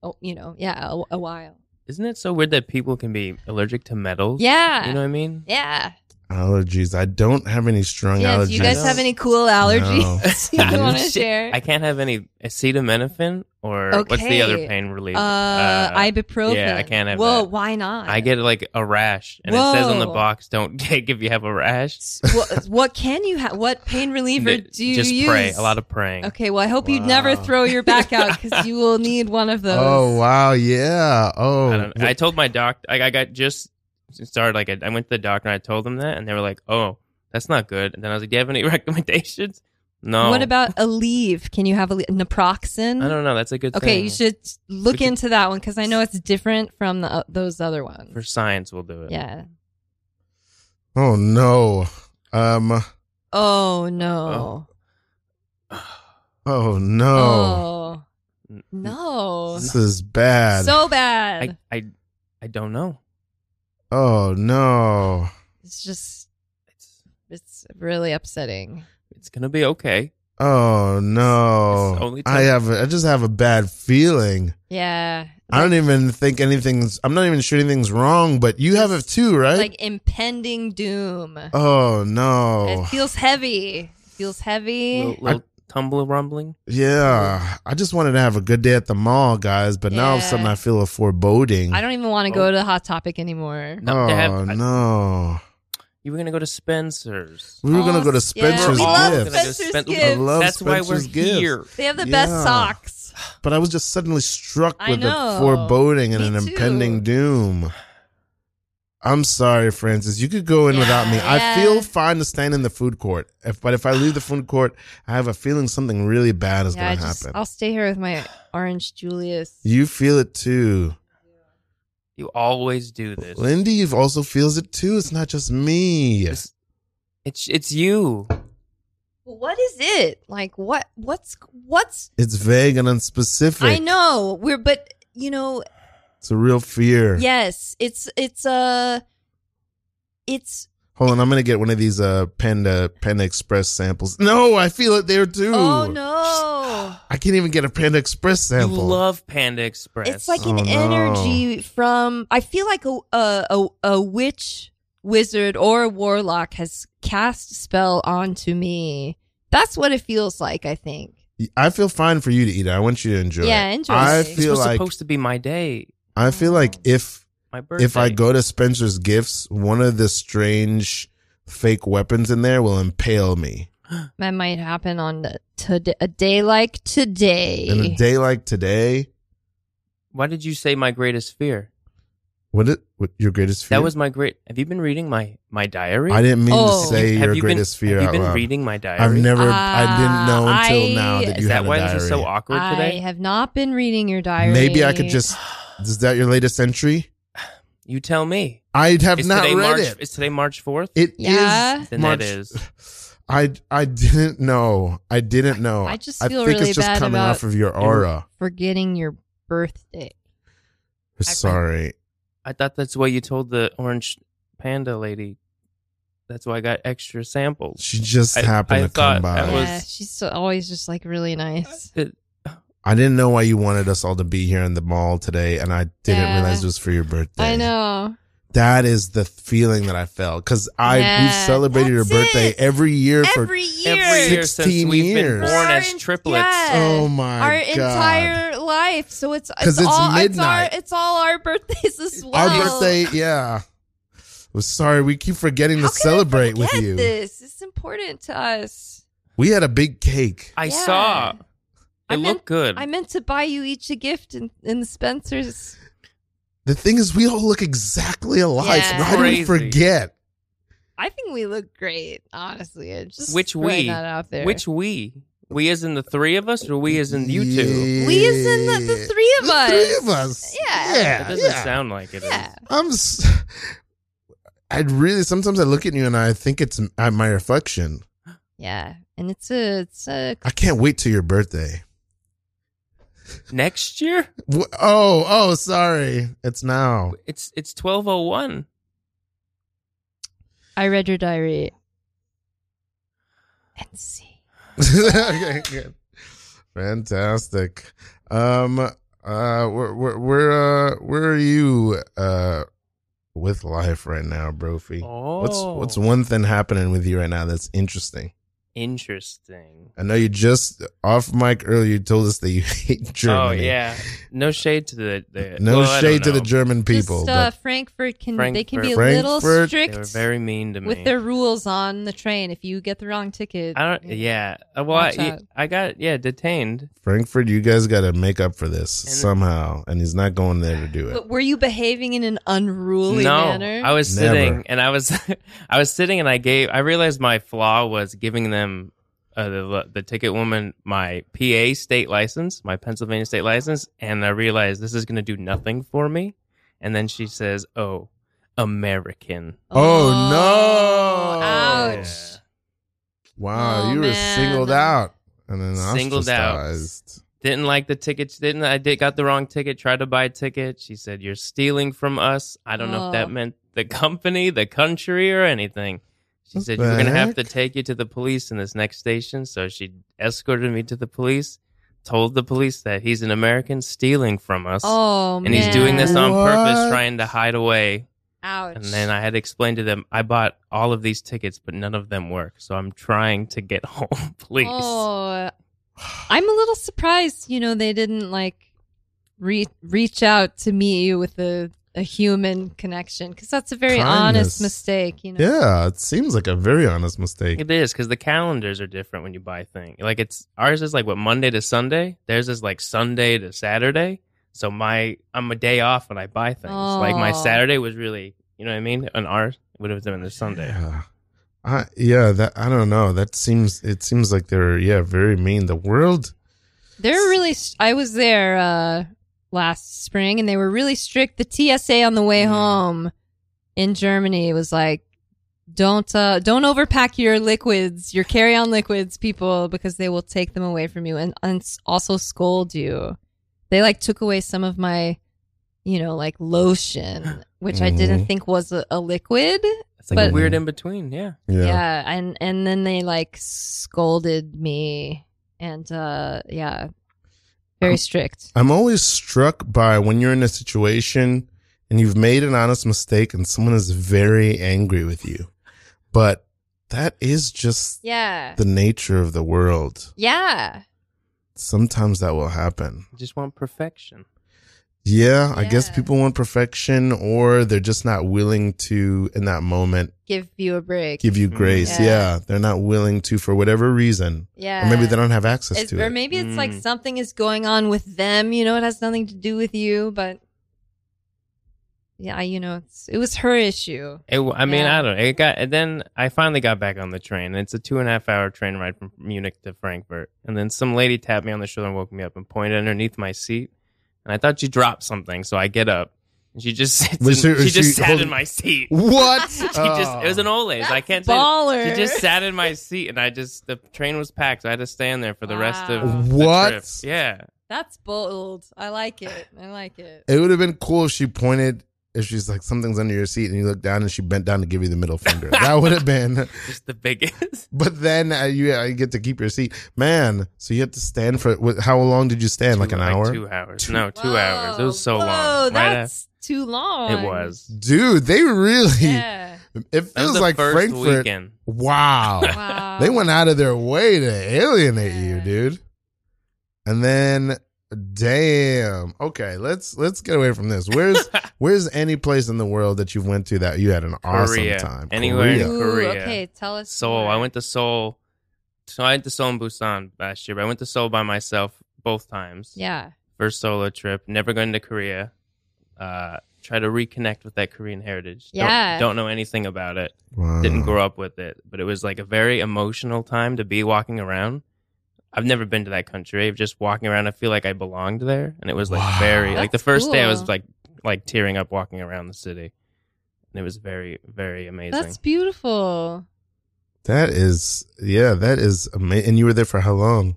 [SPEAKER 1] oh, you know, yeah, a, a while.
[SPEAKER 2] Isn't it so weird that people can be allergic to metals?
[SPEAKER 1] Yeah,
[SPEAKER 2] You know what I mean?
[SPEAKER 1] yeah,
[SPEAKER 3] allergies. I don't have any strong
[SPEAKER 1] yeah.
[SPEAKER 3] allergies.
[SPEAKER 1] Do you guys
[SPEAKER 2] allergies.
[SPEAKER 1] have any cool allergies
[SPEAKER 2] No.
[SPEAKER 1] you want to
[SPEAKER 2] Shit.
[SPEAKER 1] share?
[SPEAKER 2] I can't have any acetaminophen or what's the other
[SPEAKER 1] Okay.
[SPEAKER 2] pain relief?
[SPEAKER 1] uh, ibuprofen.
[SPEAKER 2] yeah, I can't have
[SPEAKER 1] Whoa,
[SPEAKER 2] that.
[SPEAKER 1] why not?
[SPEAKER 2] I get like a rash, and it says on the
[SPEAKER 1] Whoa.
[SPEAKER 2] box, "Don't take if you have a rash."
[SPEAKER 1] what, what can you have? What pain reliever do you
[SPEAKER 2] Just
[SPEAKER 1] use?
[SPEAKER 2] pray. A lot of praying.
[SPEAKER 1] Okay, well, I hope you never
[SPEAKER 3] Wow.
[SPEAKER 1] throw your back out because you will need one of those.
[SPEAKER 3] Oh wow! Yeah. Oh,
[SPEAKER 2] I, don't, I told my doctor. I, I got just started. Like I, I went to the doctor, and I told them that, and they were like, "Oh, that's not good." And then I was like, "Do you have any recommendations?" No.
[SPEAKER 1] What about Aleve? Can you have Aleve? naproxen?
[SPEAKER 2] I don't know. That's a good
[SPEAKER 1] Okay,
[SPEAKER 2] thing.
[SPEAKER 1] you should look
[SPEAKER 2] We should-
[SPEAKER 1] into that one because I know it's different from the, those other ones.
[SPEAKER 2] For science, we'll do it.
[SPEAKER 1] Yeah.
[SPEAKER 3] oh no. Um.
[SPEAKER 1] Oh no.
[SPEAKER 3] Oh no.
[SPEAKER 1] Oh. no.
[SPEAKER 3] This is bad.
[SPEAKER 1] So bad.
[SPEAKER 2] I, I, I don't know.
[SPEAKER 3] oh no.
[SPEAKER 1] it's just
[SPEAKER 2] It's
[SPEAKER 1] it's really upsetting.
[SPEAKER 2] it's gonna be okay.
[SPEAKER 3] Oh no.
[SPEAKER 2] It's only
[SPEAKER 3] I have. A, I just have a bad feeling.
[SPEAKER 1] Yeah.
[SPEAKER 3] I don't even think anything's. I'm not even sure anything's wrong. But you have it too, right?
[SPEAKER 1] like impending doom.
[SPEAKER 3] oh no.
[SPEAKER 1] It feels heavy. It feels heavy.
[SPEAKER 2] Little, little tumble rumbling.
[SPEAKER 3] Yeah, I just wanted to have a good day at the mall, guys, but now all of a
[SPEAKER 1] Yeah.
[SPEAKER 3] sudden I feel a foreboding.
[SPEAKER 1] I don't even want to go to Hot Topic anymore.
[SPEAKER 2] No, they have-
[SPEAKER 3] oh no,
[SPEAKER 2] You were gonna go to Spencer's.
[SPEAKER 3] we were
[SPEAKER 1] Oh,
[SPEAKER 3] gonna go to
[SPEAKER 1] yeah.
[SPEAKER 3] Spencer's
[SPEAKER 2] We're all gonna
[SPEAKER 3] Gifts,
[SPEAKER 2] go to
[SPEAKER 1] Spencer's
[SPEAKER 2] Spen-
[SPEAKER 1] Gifts.
[SPEAKER 3] I love
[SPEAKER 2] That's why we're
[SPEAKER 3] Spencer's Gifts.
[SPEAKER 2] here.
[SPEAKER 1] They have the best
[SPEAKER 3] Yeah.
[SPEAKER 1] socks.
[SPEAKER 3] but I was just suddenly struck
[SPEAKER 1] I
[SPEAKER 3] with a
[SPEAKER 1] know.
[SPEAKER 3] foreboding and
[SPEAKER 1] Me
[SPEAKER 3] an
[SPEAKER 1] too.
[SPEAKER 3] impending doom. I'm sorry, Francis. You could go in without me. I
[SPEAKER 1] Yeah.
[SPEAKER 3] feel fine to stand in the food court. If, but if I leave the food court, I have a feeling something really bad is
[SPEAKER 1] yeah, I
[SPEAKER 3] going to
[SPEAKER 1] just,
[SPEAKER 3] happen.
[SPEAKER 1] I'll stay here with my orange Julius.
[SPEAKER 3] You feel it too.
[SPEAKER 2] You always do this.
[SPEAKER 3] Lindy also feels it too. It's not just me.
[SPEAKER 2] It's, it's it's you.
[SPEAKER 1] What is it? Like what? What's what's?
[SPEAKER 3] It's vague and unspecific.
[SPEAKER 1] I know we're, but you know,
[SPEAKER 3] It's a real fear.
[SPEAKER 1] yes, it's it's uh, it's
[SPEAKER 3] Hold on, I'm gonna get one of these uh Panda Panda Express samples. No, I feel it there too.
[SPEAKER 1] oh no,
[SPEAKER 3] I can't even get a Panda Express sample.
[SPEAKER 2] You love Panda Express.
[SPEAKER 1] it's like an
[SPEAKER 3] Oh, no.
[SPEAKER 1] energy from. I feel like a a a, a witch. Wizard or a warlock has cast a spell onto me. That's what it feels like, I think.
[SPEAKER 3] I feel fine for you to eat it. I want you to enjoy
[SPEAKER 1] Yeah,
[SPEAKER 3] it.
[SPEAKER 1] enjoy
[SPEAKER 3] I
[SPEAKER 1] it.
[SPEAKER 2] this
[SPEAKER 3] feel
[SPEAKER 2] was
[SPEAKER 3] like
[SPEAKER 2] supposed to be my day,
[SPEAKER 3] I feel like if
[SPEAKER 2] my birthday.
[SPEAKER 3] if I go to Spencer's Gifts, one of the strange fake weapons in there will impale me.
[SPEAKER 1] That might happen on the, today, a day like today.
[SPEAKER 3] In a day like today,
[SPEAKER 2] why did you say my greatest fear?
[SPEAKER 3] what it what your greatest fear?
[SPEAKER 2] That was my great. Have you been reading my my diary?
[SPEAKER 3] I didn't mean
[SPEAKER 1] Oh.
[SPEAKER 3] to say
[SPEAKER 2] have
[SPEAKER 3] your
[SPEAKER 2] you been-
[SPEAKER 3] greatest fear
[SPEAKER 2] Have you
[SPEAKER 3] out
[SPEAKER 2] been
[SPEAKER 3] loud.
[SPEAKER 2] reading my diary?
[SPEAKER 3] I've never. I didn't know
[SPEAKER 1] Ah,
[SPEAKER 3] until
[SPEAKER 1] I-
[SPEAKER 3] now that
[SPEAKER 2] Is
[SPEAKER 3] you
[SPEAKER 2] that
[SPEAKER 3] had
[SPEAKER 2] why
[SPEAKER 3] a diary.
[SPEAKER 2] this is so awkward
[SPEAKER 1] I
[SPEAKER 2] today?
[SPEAKER 1] have not been reading your diary.
[SPEAKER 3] Maybe I could just. Is that your latest entry?
[SPEAKER 2] you tell me.
[SPEAKER 3] I have
[SPEAKER 2] Is
[SPEAKER 3] not
[SPEAKER 2] today
[SPEAKER 3] read
[SPEAKER 2] March?
[SPEAKER 3] it.
[SPEAKER 2] Is today March fourth?
[SPEAKER 3] It is
[SPEAKER 1] Yeah.
[SPEAKER 2] Then
[SPEAKER 3] March.
[SPEAKER 2] that is.
[SPEAKER 3] I I didn't know. I didn't know.
[SPEAKER 1] I just
[SPEAKER 3] I
[SPEAKER 1] feel
[SPEAKER 3] think
[SPEAKER 1] really
[SPEAKER 3] it's just
[SPEAKER 1] bad
[SPEAKER 3] coming
[SPEAKER 1] about-
[SPEAKER 3] off of your aura.
[SPEAKER 1] forgetting your birthday.
[SPEAKER 3] Sorry.
[SPEAKER 2] I thought that's what you told the orange panda lady. That's why I got extra samples.
[SPEAKER 3] She just
[SPEAKER 2] I-
[SPEAKER 3] happened
[SPEAKER 2] I
[SPEAKER 3] to come
[SPEAKER 2] thought
[SPEAKER 3] by.
[SPEAKER 2] that was-
[SPEAKER 1] yeah, she's so, always just like really nice.
[SPEAKER 2] It-
[SPEAKER 3] I didn't know why you wanted us all to be here in the mall today, and I didn't
[SPEAKER 1] Yeah.
[SPEAKER 3] realize it was for your birthday.
[SPEAKER 1] I know.
[SPEAKER 3] That is the feeling that I felt because I
[SPEAKER 1] Yeah.
[SPEAKER 3] we've celebrated your
[SPEAKER 1] That's
[SPEAKER 3] birthday
[SPEAKER 1] it.
[SPEAKER 3] every year for.
[SPEAKER 1] Every year.
[SPEAKER 2] Every year since
[SPEAKER 3] 16
[SPEAKER 2] we've been
[SPEAKER 3] years.
[SPEAKER 2] born
[SPEAKER 1] Our
[SPEAKER 2] as
[SPEAKER 1] en-
[SPEAKER 2] triplets.
[SPEAKER 1] yeah.
[SPEAKER 3] Oh my
[SPEAKER 1] Our
[SPEAKER 3] god!
[SPEAKER 1] entire life. So it's,
[SPEAKER 3] 'Cause
[SPEAKER 1] it's,
[SPEAKER 3] it's
[SPEAKER 1] all
[SPEAKER 3] midnight.
[SPEAKER 1] it's our it's all our birthdays as well.
[SPEAKER 3] Our birthday, yeah. Well, sorry, we keep forgetting
[SPEAKER 1] How
[SPEAKER 3] to
[SPEAKER 1] could I
[SPEAKER 3] celebrate with
[SPEAKER 1] forget
[SPEAKER 3] you.
[SPEAKER 1] This it's important to us.
[SPEAKER 3] We had a big cake.
[SPEAKER 2] I
[SPEAKER 1] Yeah.
[SPEAKER 2] saw. It
[SPEAKER 1] I meant-
[SPEAKER 2] looked good.
[SPEAKER 1] I meant to buy you each a gift in, in the Spencer's.
[SPEAKER 3] The thing is, we all look exactly alike.
[SPEAKER 1] Yeah.
[SPEAKER 3] Why do we
[SPEAKER 2] Crazy.
[SPEAKER 3] forget?
[SPEAKER 1] I think we look great, honestly. I Just
[SPEAKER 2] Which
[SPEAKER 1] throwing
[SPEAKER 2] we?
[SPEAKER 1] that out there.
[SPEAKER 2] Which we? We as in the three of us, or we as in you two?
[SPEAKER 1] we is in the, the three of
[SPEAKER 3] The
[SPEAKER 1] us.
[SPEAKER 3] three of us.
[SPEAKER 1] Yeah.
[SPEAKER 2] That
[SPEAKER 3] Yeah.
[SPEAKER 2] doesn't
[SPEAKER 3] yeah.
[SPEAKER 2] sound like it. is.
[SPEAKER 1] Yeah.
[SPEAKER 3] I'm. S- I really sometimes I look at you and I think it's m- at my reflection.
[SPEAKER 1] Yeah. And it's a it's a
[SPEAKER 3] I can't wait till your birthday.
[SPEAKER 2] Next year,
[SPEAKER 3] Wh- Oh, oh, sorry. It's now.
[SPEAKER 2] it's it's twelve oh one.
[SPEAKER 1] I read your diary. And see.
[SPEAKER 3] okay, good. Fantastic. Um uh where where where, uh, where are you uh with life right now, Brophy?
[SPEAKER 2] Oh,
[SPEAKER 3] What's what's one thing happening with you right now that's interesting?
[SPEAKER 2] interesting?
[SPEAKER 3] I know you just off mic earlier you told us that you hate Germany.
[SPEAKER 2] Oh yeah, no shade to the, the
[SPEAKER 3] No
[SPEAKER 2] well, I don't
[SPEAKER 3] shade to the
[SPEAKER 2] know.
[SPEAKER 3] German people.
[SPEAKER 1] Just, uh, Frankfurt can they can be a
[SPEAKER 3] Frankfurt.
[SPEAKER 1] little
[SPEAKER 3] Frankfurt.
[SPEAKER 2] They were
[SPEAKER 1] strict
[SPEAKER 2] very mean to me.
[SPEAKER 1] with their rules on the train if you get the wrong ticket.
[SPEAKER 2] I don't. Yeah. Uh, Well,
[SPEAKER 1] Watch
[SPEAKER 2] I,
[SPEAKER 1] out.
[SPEAKER 2] I got yeah detained.
[SPEAKER 3] but Frankfurt, you guys got to make up for this
[SPEAKER 2] And-
[SPEAKER 3] somehow, and he's not going there to do it.
[SPEAKER 1] But were you behaving in an unruly
[SPEAKER 2] no,
[SPEAKER 1] manner?
[SPEAKER 2] I was
[SPEAKER 3] Never.
[SPEAKER 2] sitting and I was I was sitting and I gave. I realized my flaw was giving them. Uh, the, the ticket woman, my PA state license, my Pennsylvania state license, and I realized this is going to do nothing for me. And then she says, "Oh, American."
[SPEAKER 3] Oh,
[SPEAKER 1] Oh,
[SPEAKER 3] no!
[SPEAKER 1] Ouch.
[SPEAKER 2] Yeah.
[SPEAKER 3] Wow,
[SPEAKER 1] Oh,
[SPEAKER 3] you were
[SPEAKER 1] man.
[SPEAKER 3] singled out and then
[SPEAKER 2] Singled out.
[SPEAKER 3] ostracized.
[SPEAKER 2] didn't like the tickets didn't i did got the wrong ticket tried to buy a ticket she said you're stealing from us i don't
[SPEAKER 1] Oh.
[SPEAKER 2] know if that meant the company the country or anything she
[SPEAKER 3] What
[SPEAKER 2] said
[SPEAKER 3] the
[SPEAKER 2] you're gonna have
[SPEAKER 3] heck?
[SPEAKER 2] to take you to the police in this next station so she escorted me to the police told the police that he's an american stealing from us
[SPEAKER 1] Oh
[SPEAKER 2] and he's doing this on
[SPEAKER 3] What?
[SPEAKER 2] purpose trying to hide away
[SPEAKER 1] Ouch.
[SPEAKER 2] and then i had explained to them i bought all of these tickets but none of them work so i'm trying to get home please
[SPEAKER 1] Oh, I'm a little surprised. You know, they didn't like re- reach out to meet you with a, a human connection because that's a very
[SPEAKER 3] Kindness.
[SPEAKER 1] honest mistake. You know,
[SPEAKER 3] Yeah, it seems like a very honest mistake.
[SPEAKER 2] It is because the calendars are different when you buy things. Like it's ours is like what Monday to Sunday. Theirs is like Sunday to Saturday. So my I'm a day off when I buy things. Like my
[SPEAKER 1] Oh.
[SPEAKER 2] Saturday was really You know what I mean? An ours would have been this Sunday.
[SPEAKER 3] Yeah. I yeah, that I don't know. That seems it seems like they're yeah, very mean. The world
[SPEAKER 1] They're really. s- I was there uh, last spring, and they were really strict. The TSA on the way
[SPEAKER 2] Mm.
[SPEAKER 1] home in Germany was like, "Don't uh, don't overpack your liquids, your carry on liquids, people, because they will take them away from you and, and s- also scold you." They like took away some of my, you know, like lotion, which I didn't
[SPEAKER 3] Mhm.
[SPEAKER 1] think was a, a liquid.
[SPEAKER 2] It's like
[SPEAKER 1] But-
[SPEAKER 2] a weird in between. Yeah.
[SPEAKER 1] Yeah. and and then they like scolded me, and uh, yeah, very
[SPEAKER 3] Um,
[SPEAKER 1] strict.
[SPEAKER 3] I'm always struck by when you're in a situation and you've made an honest mistake and someone is very angry with you. But that is just
[SPEAKER 1] Yeah.
[SPEAKER 3] the nature of the world.
[SPEAKER 1] yeah.
[SPEAKER 3] Sometimes that will happen.
[SPEAKER 2] I just want perfection.
[SPEAKER 3] Yeah, I guess
[SPEAKER 1] Yeah.
[SPEAKER 3] people want perfection or they're just not willing to in that moment
[SPEAKER 1] Give you a break.
[SPEAKER 3] give you grace.
[SPEAKER 1] Yeah.
[SPEAKER 3] Yeah, they're not willing to for whatever reason.
[SPEAKER 1] yeah.
[SPEAKER 3] Or maybe they don't have access
[SPEAKER 1] It's-
[SPEAKER 3] to
[SPEAKER 1] or
[SPEAKER 3] it.
[SPEAKER 1] maybe it's like
[SPEAKER 2] Mm.
[SPEAKER 1] something is going on with them. You know, it has nothing to do with you, but yeah, you know, it's, it was her issue.
[SPEAKER 2] It, w- I mean,
[SPEAKER 1] Yeah.
[SPEAKER 2] I don't. It got. And then I finally got back on the train. It's a two and a half hour train ride from Munich to Frankfurt. And then some lady tapped me on the shoulder and woke me up and pointed underneath my seat. And I thought she dropped something, so I get up. And she just sits
[SPEAKER 3] Was
[SPEAKER 2] in-
[SPEAKER 3] there-
[SPEAKER 2] she
[SPEAKER 3] was
[SPEAKER 2] just
[SPEAKER 3] she
[SPEAKER 2] sat in
[SPEAKER 3] holding- Oh.
[SPEAKER 2] my seat.
[SPEAKER 3] What? she
[SPEAKER 2] She just it was an old lady. so I can't say.
[SPEAKER 1] Baller.
[SPEAKER 2] She just sat in my seat, and I just the train was packed. So I had to stand there for the rest of the
[SPEAKER 3] What?
[SPEAKER 2] trip. Yeah,
[SPEAKER 1] That's bold. I like it. I like it.
[SPEAKER 3] It would have been cool if she pointed if she's like something's under your seat and you look down and she bent down to give you the middle finger. that would have been.
[SPEAKER 2] just the biggest.
[SPEAKER 3] But then uh, you uh, you get to keep your seat, man. So you have to stand for wh- how long did you stand? like
[SPEAKER 2] Two-
[SPEAKER 3] an hour,
[SPEAKER 2] two hours. No, two hours. It was so
[SPEAKER 1] Whoa,
[SPEAKER 2] long. Right after-
[SPEAKER 1] that's too long.
[SPEAKER 2] it was.
[SPEAKER 3] dude. They really.
[SPEAKER 1] Yeah.
[SPEAKER 3] It
[SPEAKER 2] That was
[SPEAKER 3] feels
[SPEAKER 2] the
[SPEAKER 3] like
[SPEAKER 2] first
[SPEAKER 3] Frankfurt.
[SPEAKER 2] weekend.
[SPEAKER 3] Wow.
[SPEAKER 1] Wow.
[SPEAKER 3] They went out of their way to alienate you,
[SPEAKER 1] Yeah.
[SPEAKER 3] dude. And then damn. Okay, let's let's get away from this. Where's where's any place in the world that you've went to that you had an awesome
[SPEAKER 2] Korea.
[SPEAKER 3] time?
[SPEAKER 2] Anywhere in
[SPEAKER 3] Korea.
[SPEAKER 1] Ooh,
[SPEAKER 2] Korea.
[SPEAKER 1] Okay, tell us.
[SPEAKER 2] Seoul.
[SPEAKER 1] more.
[SPEAKER 2] I went to Seoul. So I went to Seoul and Busan last year, but I went to Seoul by myself both times.
[SPEAKER 1] Yeah.
[SPEAKER 2] First solo trip. Never going to Korea. Uh, try to reconnect with that Korean heritage. Don't-
[SPEAKER 1] Yeah.
[SPEAKER 2] Don't, know anything about it.
[SPEAKER 3] Wow.
[SPEAKER 2] Didn't grow up with it, but it was like a very emotional time to be walking around. I've never been to that country. Just walking around, I feel like I belonged there, and it was like
[SPEAKER 3] Wow.
[SPEAKER 2] very like the
[SPEAKER 1] That's
[SPEAKER 2] first day I
[SPEAKER 1] cool.
[SPEAKER 2] was like like tearing up walking around the city, and it was very very amazing.
[SPEAKER 1] That's beautiful.
[SPEAKER 3] That is yeah, that is amazing. And you were there for how long?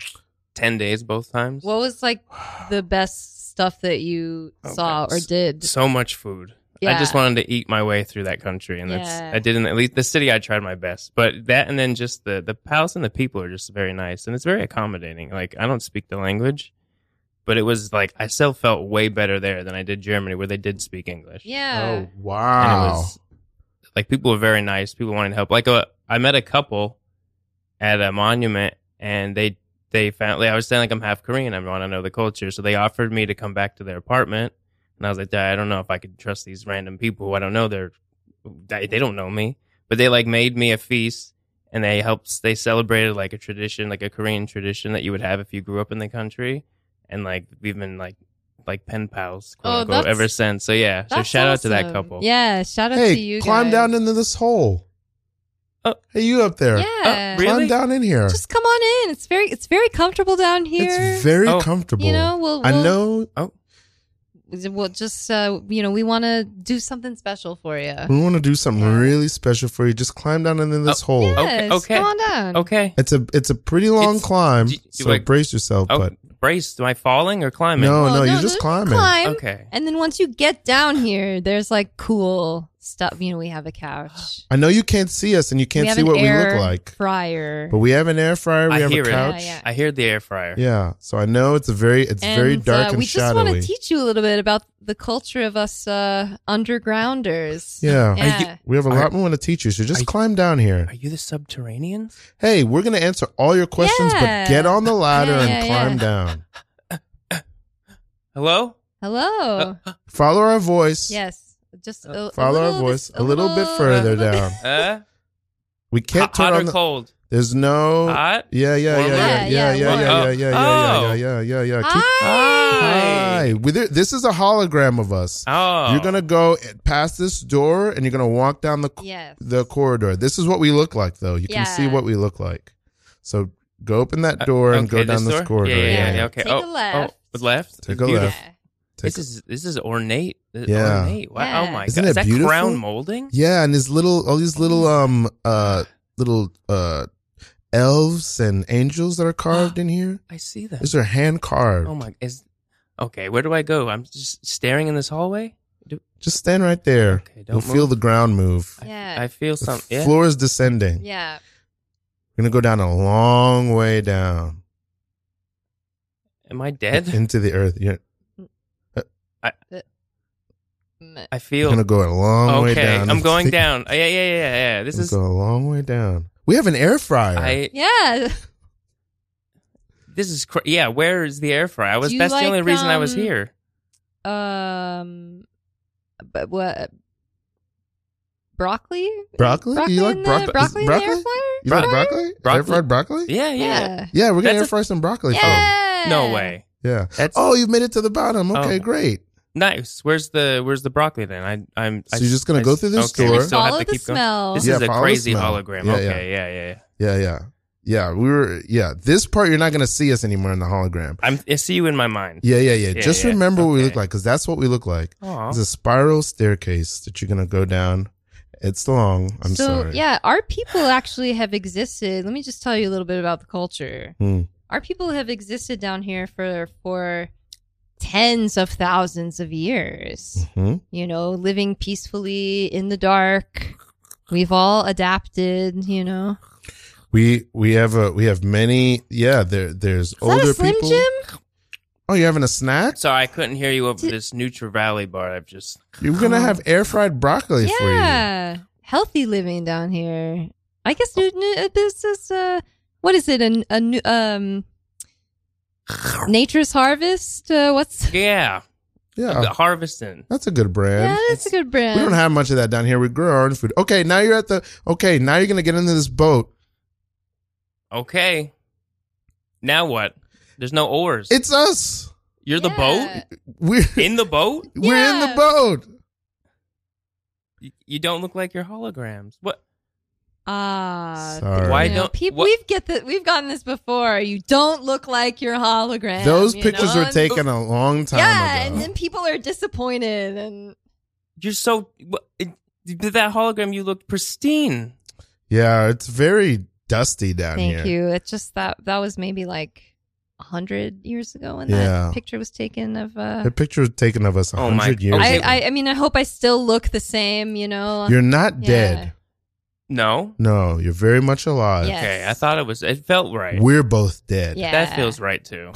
[SPEAKER 2] Ten days both times.
[SPEAKER 1] What was like the best stuff that you
[SPEAKER 3] Oh,
[SPEAKER 2] Okay.
[SPEAKER 1] saw or did?
[SPEAKER 2] so much food. I just
[SPEAKER 1] Yeah.
[SPEAKER 2] wanted to eat my way through that country, and that's
[SPEAKER 1] Yeah.
[SPEAKER 2] I didn't. At least the city, I tried my best, but that and then just the the palace and the people are just very nice, and it's very accommodating. Like I don't speak the language, but it was like I still felt way better there than I did Germany, where they did speak English.
[SPEAKER 1] Yeah.
[SPEAKER 3] Oh
[SPEAKER 2] And it
[SPEAKER 3] wow.
[SPEAKER 2] was like people were very nice. People wanted help. Like a, I met a couple at a monument, and they they found. Like, I was saying like I'm half Korean. I want to know the culture, so they offered me to come back to their apartment, and I was like, "Dad, I don't know if I could trust these random people who I don't know. They're they, they don't know me, but they like made me a feast. And they helped. They celebrated like a tradition, like a Korean tradition that you would have if you grew up in the country, and like we've been like, like pen pals, quote
[SPEAKER 1] Oh,
[SPEAKER 2] unquote,
[SPEAKER 1] that's-
[SPEAKER 2] ever since. So yeah. So
[SPEAKER 1] That's
[SPEAKER 2] shout out to that
[SPEAKER 1] awesome.
[SPEAKER 2] couple.
[SPEAKER 1] Yeah, shout out to
[SPEAKER 3] hey,
[SPEAKER 1] you.
[SPEAKER 3] climb
[SPEAKER 1] guys.
[SPEAKER 3] down into this hole.
[SPEAKER 2] Oh.
[SPEAKER 3] Hey, you up there.
[SPEAKER 1] Yeah,
[SPEAKER 2] Oh, really?
[SPEAKER 3] Climb down in here.
[SPEAKER 1] just come on in. It's very, it's very comfortable down here.
[SPEAKER 3] It's very
[SPEAKER 2] Oh.
[SPEAKER 3] comfortable.
[SPEAKER 1] you know, we'll,
[SPEAKER 3] I
[SPEAKER 1] we'll-
[SPEAKER 3] know
[SPEAKER 1] We'll just, uh, you know, we want to do something special for you.
[SPEAKER 3] we want to do something
[SPEAKER 1] Yeah.
[SPEAKER 3] really special for you. Just climb down into this hole.
[SPEAKER 2] Okay,
[SPEAKER 1] Yes,
[SPEAKER 2] okay.
[SPEAKER 1] come on down.
[SPEAKER 2] Okay.
[SPEAKER 3] It's a it's a pretty long
[SPEAKER 2] Oh, It's-
[SPEAKER 3] climb,
[SPEAKER 2] do- do
[SPEAKER 3] so
[SPEAKER 2] I-
[SPEAKER 3] brace yourself.
[SPEAKER 2] Oh,
[SPEAKER 3] but
[SPEAKER 2] brace. Am I falling or climbing?
[SPEAKER 3] Oh, no,
[SPEAKER 1] Well,
[SPEAKER 3] no, you're
[SPEAKER 1] no,
[SPEAKER 3] just
[SPEAKER 1] you
[SPEAKER 3] climbing.
[SPEAKER 1] Climb,
[SPEAKER 2] Okay.
[SPEAKER 1] and then once you get down here, there's like cool stuff. You know, we have a couch.
[SPEAKER 3] I know you can't see us and you can't
[SPEAKER 1] we have
[SPEAKER 3] see
[SPEAKER 1] an
[SPEAKER 3] what
[SPEAKER 1] air
[SPEAKER 3] we look like,
[SPEAKER 1] Fryer.
[SPEAKER 3] but we have an air fryer. We
[SPEAKER 2] I
[SPEAKER 3] have a
[SPEAKER 2] hear it. Yeah,
[SPEAKER 3] couch.
[SPEAKER 1] yeah.
[SPEAKER 2] I hear the air fryer.
[SPEAKER 3] Yeah, so I know it's a very it's very dark
[SPEAKER 1] uh,
[SPEAKER 3] and
[SPEAKER 1] we just
[SPEAKER 3] shadowy.
[SPEAKER 1] want to teach you a little bit about the culture of us uh, undergrounders.
[SPEAKER 3] Yeah. Are
[SPEAKER 1] yeah.
[SPEAKER 3] we have a
[SPEAKER 2] Are-
[SPEAKER 3] lot we want to teach you, so just
[SPEAKER 2] Are-
[SPEAKER 3] climb down here.
[SPEAKER 2] Are you the subterraneans?
[SPEAKER 3] Hey, we're gonna answer all your questions,
[SPEAKER 1] Yeah.
[SPEAKER 3] but get on the ladder
[SPEAKER 1] Yeah,
[SPEAKER 3] and
[SPEAKER 1] yeah,
[SPEAKER 3] climb
[SPEAKER 1] yeah.
[SPEAKER 3] down.
[SPEAKER 2] Hello? Uh,
[SPEAKER 1] Hello.
[SPEAKER 3] Follow our voice.
[SPEAKER 1] yes. Just a, a
[SPEAKER 3] Follow our
[SPEAKER 1] little-
[SPEAKER 3] voice
[SPEAKER 1] just
[SPEAKER 3] a little bit further down.
[SPEAKER 2] Uh,
[SPEAKER 3] We can't
[SPEAKER 2] hot
[SPEAKER 3] turn
[SPEAKER 2] hot
[SPEAKER 3] on
[SPEAKER 2] or
[SPEAKER 3] the Oh.
[SPEAKER 2] cold?
[SPEAKER 3] There's no.
[SPEAKER 2] Hot.
[SPEAKER 3] yeah, yeah, yeah, yeah, yeah, yeah, yeah, yeah, yeah, yeah, yeah, yeah, yeah, yeah. Keep-
[SPEAKER 2] Oh. Hi.
[SPEAKER 3] Ah. Hi. We- there- This is a hologram of us.
[SPEAKER 2] Oh.
[SPEAKER 3] You're gonna go past this door, and you're gonna walk down the
[SPEAKER 1] Yes.
[SPEAKER 3] the corridor. This is what we look like, though. You
[SPEAKER 1] Yeah.
[SPEAKER 3] can see what we look like. So go open that door
[SPEAKER 2] Oh.
[SPEAKER 3] and
[SPEAKER 2] Uh, Okay,
[SPEAKER 3] go down this,
[SPEAKER 2] door?
[SPEAKER 3] corridor.
[SPEAKER 2] Yeah, yeah, yeah.
[SPEAKER 1] Yeah.
[SPEAKER 2] yeah, Okay.
[SPEAKER 1] Take a
[SPEAKER 2] oh,
[SPEAKER 1] left.
[SPEAKER 2] Oh, left.
[SPEAKER 3] Take a
[SPEAKER 2] Beautiful.
[SPEAKER 3] left. Take-
[SPEAKER 2] This is this is ornate. This
[SPEAKER 3] Yeah.
[SPEAKER 2] Ornate. Wow. Oh
[SPEAKER 1] Yeah.
[SPEAKER 2] my
[SPEAKER 3] Isn't
[SPEAKER 2] god.
[SPEAKER 3] it
[SPEAKER 2] Is that
[SPEAKER 3] beautiful?
[SPEAKER 2] crown molding?
[SPEAKER 3] yeah, and his little all these little um uh little uh elves and angels that are carved in here.
[SPEAKER 2] I see that.
[SPEAKER 3] These are hand carved.
[SPEAKER 2] Oh my. Is okay. Where do I go? I'm just staring in this hallway.
[SPEAKER 3] Just stand right there.
[SPEAKER 2] Okay, don't
[SPEAKER 3] You'll feel
[SPEAKER 2] move.
[SPEAKER 3] the ground move.
[SPEAKER 1] Yeah.
[SPEAKER 2] I feel
[SPEAKER 3] The
[SPEAKER 2] something. Yeah.
[SPEAKER 3] floor is descending.
[SPEAKER 1] yeah.
[SPEAKER 3] We're gonna go down a long way down
[SPEAKER 2] Am I dead?
[SPEAKER 3] into the earth. You're
[SPEAKER 1] Mm,
[SPEAKER 2] I feel.
[SPEAKER 3] gonna go a long way
[SPEAKER 2] okay.
[SPEAKER 3] down.
[SPEAKER 2] I'm going
[SPEAKER 3] Think-
[SPEAKER 2] down. Yeah. Yeah. Yeah. Yeah. yeah. This
[SPEAKER 3] We'll
[SPEAKER 2] is.
[SPEAKER 3] go a long way down. We have an air fryer.
[SPEAKER 2] I.
[SPEAKER 1] Yeah.
[SPEAKER 2] This is. Cr- yeah. Where is the air fryer? I was.
[SPEAKER 1] Do you
[SPEAKER 2] That's
[SPEAKER 1] like,
[SPEAKER 2] the only reason I was
[SPEAKER 1] um,
[SPEAKER 2] here.
[SPEAKER 1] Um, but what? Broccoli?
[SPEAKER 3] broccoli?
[SPEAKER 1] Broccoli?
[SPEAKER 3] You like
[SPEAKER 1] in
[SPEAKER 3] broccoli?
[SPEAKER 1] the, broccoli, in the air
[SPEAKER 3] broccoli?
[SPEAKER 1] fryer?
[SPEAKER 3] You like
[SPEAKER 2] Broccoli?
[SPEAKER 3] broccoli?
[SPEAKER 2] Broccoli?
[SPEAKER 3] Air fried broccoli?
[SPEAKER 2] Yeah. Yeah.
[SPEAKER 1] Yeah.
[SPEAKER 3] Yeah, we're gonna
[SPEAKER 2] That's
[SPEAKER 3] air
[SPEAKER 2] a-
[SPEAKER 3] fry some broccoli
[SPEAKER 1] Yeah.
[SPEAKER 2] No way.
[SPEAKER 3] for them. Yeah.
[SPEAKER 2] That's
[SPEAKER 3] Oh, you've made it to the bottom. Okay,
[SPEAKER 2] Oh.
[SPEAKER 3] great.
[SPEAKER 2] nice. Where's the Where's the broccoli then? I. I'm.
[SPEAKER 3] So
[SPEAKER 2] I,
[SPEAKER 3] you're just gonna
[SPEAKER 2] I-
[SPEAKER 3] go through this
[SPEAKER 2] okay, we
[SPEAKER 3] door?
[SPEAKER 2] still have
[SPEAKER 1] Follow
[SPEAKER 2] to
[SPEAKER 1] the
[SPEAKER 2] keep going.
[SPEAKER 1] smell.
[SPEAKER 2] This
[SPEAKER 3] Yeah,
[SPEAKER 2] is a
[SPEAKER 3] follow the
[SPEAKER 2] crazy
[SPEAKER 3] smell.
[SPEAKER 2] hologram.
[SPEAKER 3] Yeah,
[SPEAKER 2] okay, yeah. yeah, yeah,
[SPEAKER 3] Yeah, yeah, yeah. We were yeah. This part you're not gonna see us anymore in the hologram.
[SPEAKER 2] I'm, I see you in my mind.
[SPEAKER 3] Yeah, yeah, yeah.
[SPEAKER 2] Yeah,
[SPEAKER 3] Just
[SPEAKER 2] yeah.
[SPEAKER 3] remember what we
[SPEAKER 2] Okay.
[SPEAKER 3] look like because that's what we look like.
[SPEAKER 2] Aw.
[SPEAKER 3] It's a spiral staircase that you're gonna go down. It's long. I'm
[SPEAKER 1] so
[SPEAKER 3] sorry.
[SPEAKER 1] yeah, our people actually have existed. Let me just tell you a little bit about the culture.
[SPEAKER 3] Hmm.
[SPEAKER 1] Our people have existed down here for for tens of thousands of years.
[SPEAKER 3] Hmm?
[SPEAKER 1] You know, living peacefully in the dark. We've all adapted. You know,
[SPEAKER 3] We we have a we have many. Yeah, there there's
[SPEAKER 1] is that
[SPEAKER 3] older
[SPEAKER 1] a Slim
[SPEAKER 3] people.
[SPEAKER 1] Jim?
[SPEAKER 3] Oh, you're having a snack.
[SPEAKER 2] Sorry, I couldn't hear you over this Nutra Valley bar. I've just
[SPEAKER 3] You're gonna have air fried broccoli for you.
[SPEAKER 1] Yeah, healthy living down here. I guess
[SPEAKER 3] Oh.
[SPEAKER 1] new, new, uh, this is uh, what is it? A, n- a new um, nature's harvest. Uh, what's
[SPEAKER 2] yeah,
[SPEAKER 3] Yeah,
[SPEAKER 2] harvesting.
[SPEAKER 3] that's a good brand.
[SPEAKER 1] yeah, that's a good brand.
[SPEAKER 3] We don't have much of that down here. We grow our own food. Okay, now you're at the. Okay, now you're gonna get into this boat.
[SPEAKER 2] Okay, now what? There's no oars.
[SPEAKER 3] It's us.
[SPEAKER 2] You're the
[SPEAKER 1] Yeah.
[SPEAKER 2] boat
[SPEAKER 3] We're
[SPEAKER 2] in the boat.
[SPEAKER 3] we're in the
[SPEAKER 1] Yeah.
[SPEAKER 3] boat.
[SPEAKER 2] You- You don't look like your holograms. What?
[SPEAKER 1] Ah,
[SPEAKER 3] Sorry.
[SPEAKER 2] Why
[SPEAKER 1] you know,
[SPEAKER 2] don't-
[SPEAKER 1] people?
[SPEAKER 2] what-
[SPEAKER 1] We've get the, We've gotten this before. You don't look like your hologram.
[SPEAKER 3] Those
[SPEAKER 1] you
[SPEAKER 3] pictures
[SPEAKER 1] know?
[SPEAKER 3] were taken a long time
[SPEAKER 1] Yeah,
[SPEAKER 3] ago.
[SPEAKER 1] and then people are disappointed, and
[SPEAKER 2] You're so. What, it, did that hologram? You look pristine.
[SPEAKER 3] yeah, it's very dusty down
[SPEAKER 1] thank
[SPEAKER 3] here.
[SPEAKER 1] you. It's just that that was maybe like a hundred years ago when
[SPEAKER 3] Yeah.
[SPEAKER 1] that picture was taken of. Uh,
[SPEAKER 3] The picture was taken of us
[SPEAKER 2] Oh my-
[SPEAKER 3] 100 years
[SPEAKER 1] I,
[SPEAKER 2] Okay.
[SPEAKER 3] ago.
[SPEAKER 1] I, I mean, I hope I still look the same, you know?
[SPEAKER 3] you're not
[SPEAKER 1] Yeah.
[SPEAKER 3] dead.
[SPEAKER 2] No.
[SPEAKER 3] No, you're very much alive.
[SPEAKER 1] Yeah.
[SPEAKER 2] Okay,
[SPEAKER 1] Yes.
[SPEAKER 2] I thought it was. It felt right.
[SPEAKER 3] We're both dead.
[SPEAKER 1] yeah.
[SPEAKER 2] That feels right too.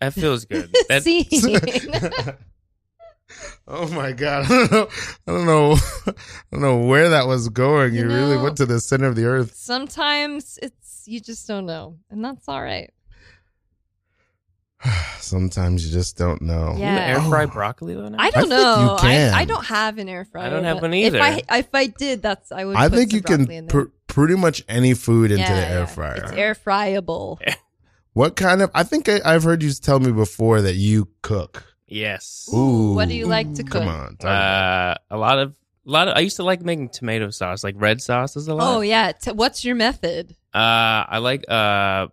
[SPEAKER 2] That feels good. That,
[SPEAKER 1] See?
[SPEAKER 3] Oh my god! I don't know. I don't know. I don't know where that was going. You,
[SPEAKER 1] You
[SPEAKER 3] really
[SPEAKER 1] know-
[SPEAKER 3] went to the center of the earth.
[SPEAKER 1] Sometimes it's, you just don't know. And that's all right.
[SPEAKER 3] Sometimes you just don't know. Oh,
[SPEAKER 2] you
[SPEAKER 1] Yeah.
[SPEAKER 2] air fry broccoli though. Now?
[SPEAKER 1] I don't
[SPEAKER 3] think you
[SPEAKER 1] know.
[SPEAKER 3] can.
[SPEAKER 1] I, I don't have an air fryer.
[SPEAKER 2] I don't have
[SPEAKER 1] but
[SPEAKER 2] one
[SPEAKER 1] If
[SPEAKER 2] either.
[SPEAKER 1] I, if I did, that's, I would
[SPEAKER 3] I
[SPEAKER 1] put
[SPEAKER 3] think
[SPEAKER 1] some
[SPEAKER 3] you can
[SPEAKER 1] broccoli in there.
[SPEAKER 3] pr- pretty much any food into
[SPEAKER 1] Yeah,
[SPEAKER 3] the air
[SPEAKER 1] yeah.
[SPEAKER 3] fryer.
[SPEAKER 1] It's air fryable.
[SPEAKER 3] what kind of? I think I, I've heard you tell me before that you cook.
[SPEAKER 2] Yes.
[SPEAKER 1] Ooh, what do you like to cook?
[SPEAKER 3] Come on, talk
[SPEAKER 2] Uh,
[SPEAKER 3] about
[SPEAKER 2] a lot of a lot of. I used to like making tomato sauce, like red sauce is a lot.
[SPEAKER 1] Oh, yeah. T- what's your method?
[SPEAKER 2] Uh, I like uh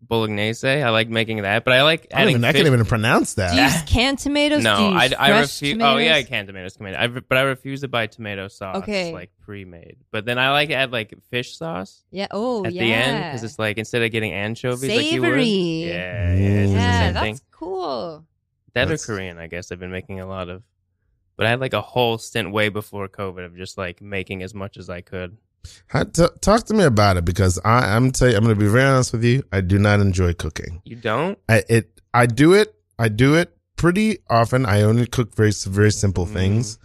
[SPEAKER 2] bolognese. I like making that, but I like
[SPEAKER 3] it. I, don't
[SPEAKER 2] adding.
[SPEAKER 3] even, I
[SPEAKER 2] fish-
[SPEAKER 3] can't even pronounce that.
[SPEAKER 1] Do you use canned tomatoes?
[SPEAKER 2] No,
[SPEAKER 1] Do you
[SPEAKER 2] I
[SPEAKER 1] use
[SPEAKER 2] I
[SPEAKER 1] fresh
[SPEAKER 2] refuse. Oh
[SPEAKER 1] tomatoes?
[SPEAKER 2] yeah, I can tomatoes, tomato. I re- but I refuse to buy tomato sauce.
[SPEAKER 1] Okay.
[SPEAKER 2] like pre-made. But then I like to add like fish sauce
[SPEAKER 1] Yeah. Oh,
[SPEAKER 2] at
[SPEAKER 1] yeah.
[SPEAKER 2] the end because it's like instead of getting anchovies, like you would.
[SPEAKER 1] Savory.
[SPEAKER 2] Yeah, yeah, it's just the
[SPEAKER 1] yeah,
[SPEAKER 2] same
[SPEAKER 1] that's
[SPEAKER 2] thing.
[SPEAKER 1] cool.
[SPEAKER 2] That or
[SPEAKER 3] That's-
[SPEAKER 2] Korean, I guess. I've been making a lot of. But I had like a whole stint way before COVID of just like making as much as I could.
[SPEAKER 3] How- t- talk to me about it because I, I'm tell you, I'm going to be very honest with you. I do not enjoy cooking.
[SPEAKER 2] You don't?
[SPEAKER 3] I it I do it I do it pretty often. I only cook very very simple
[SPEAKER 2] Mm.
[SPEAKER 3] things,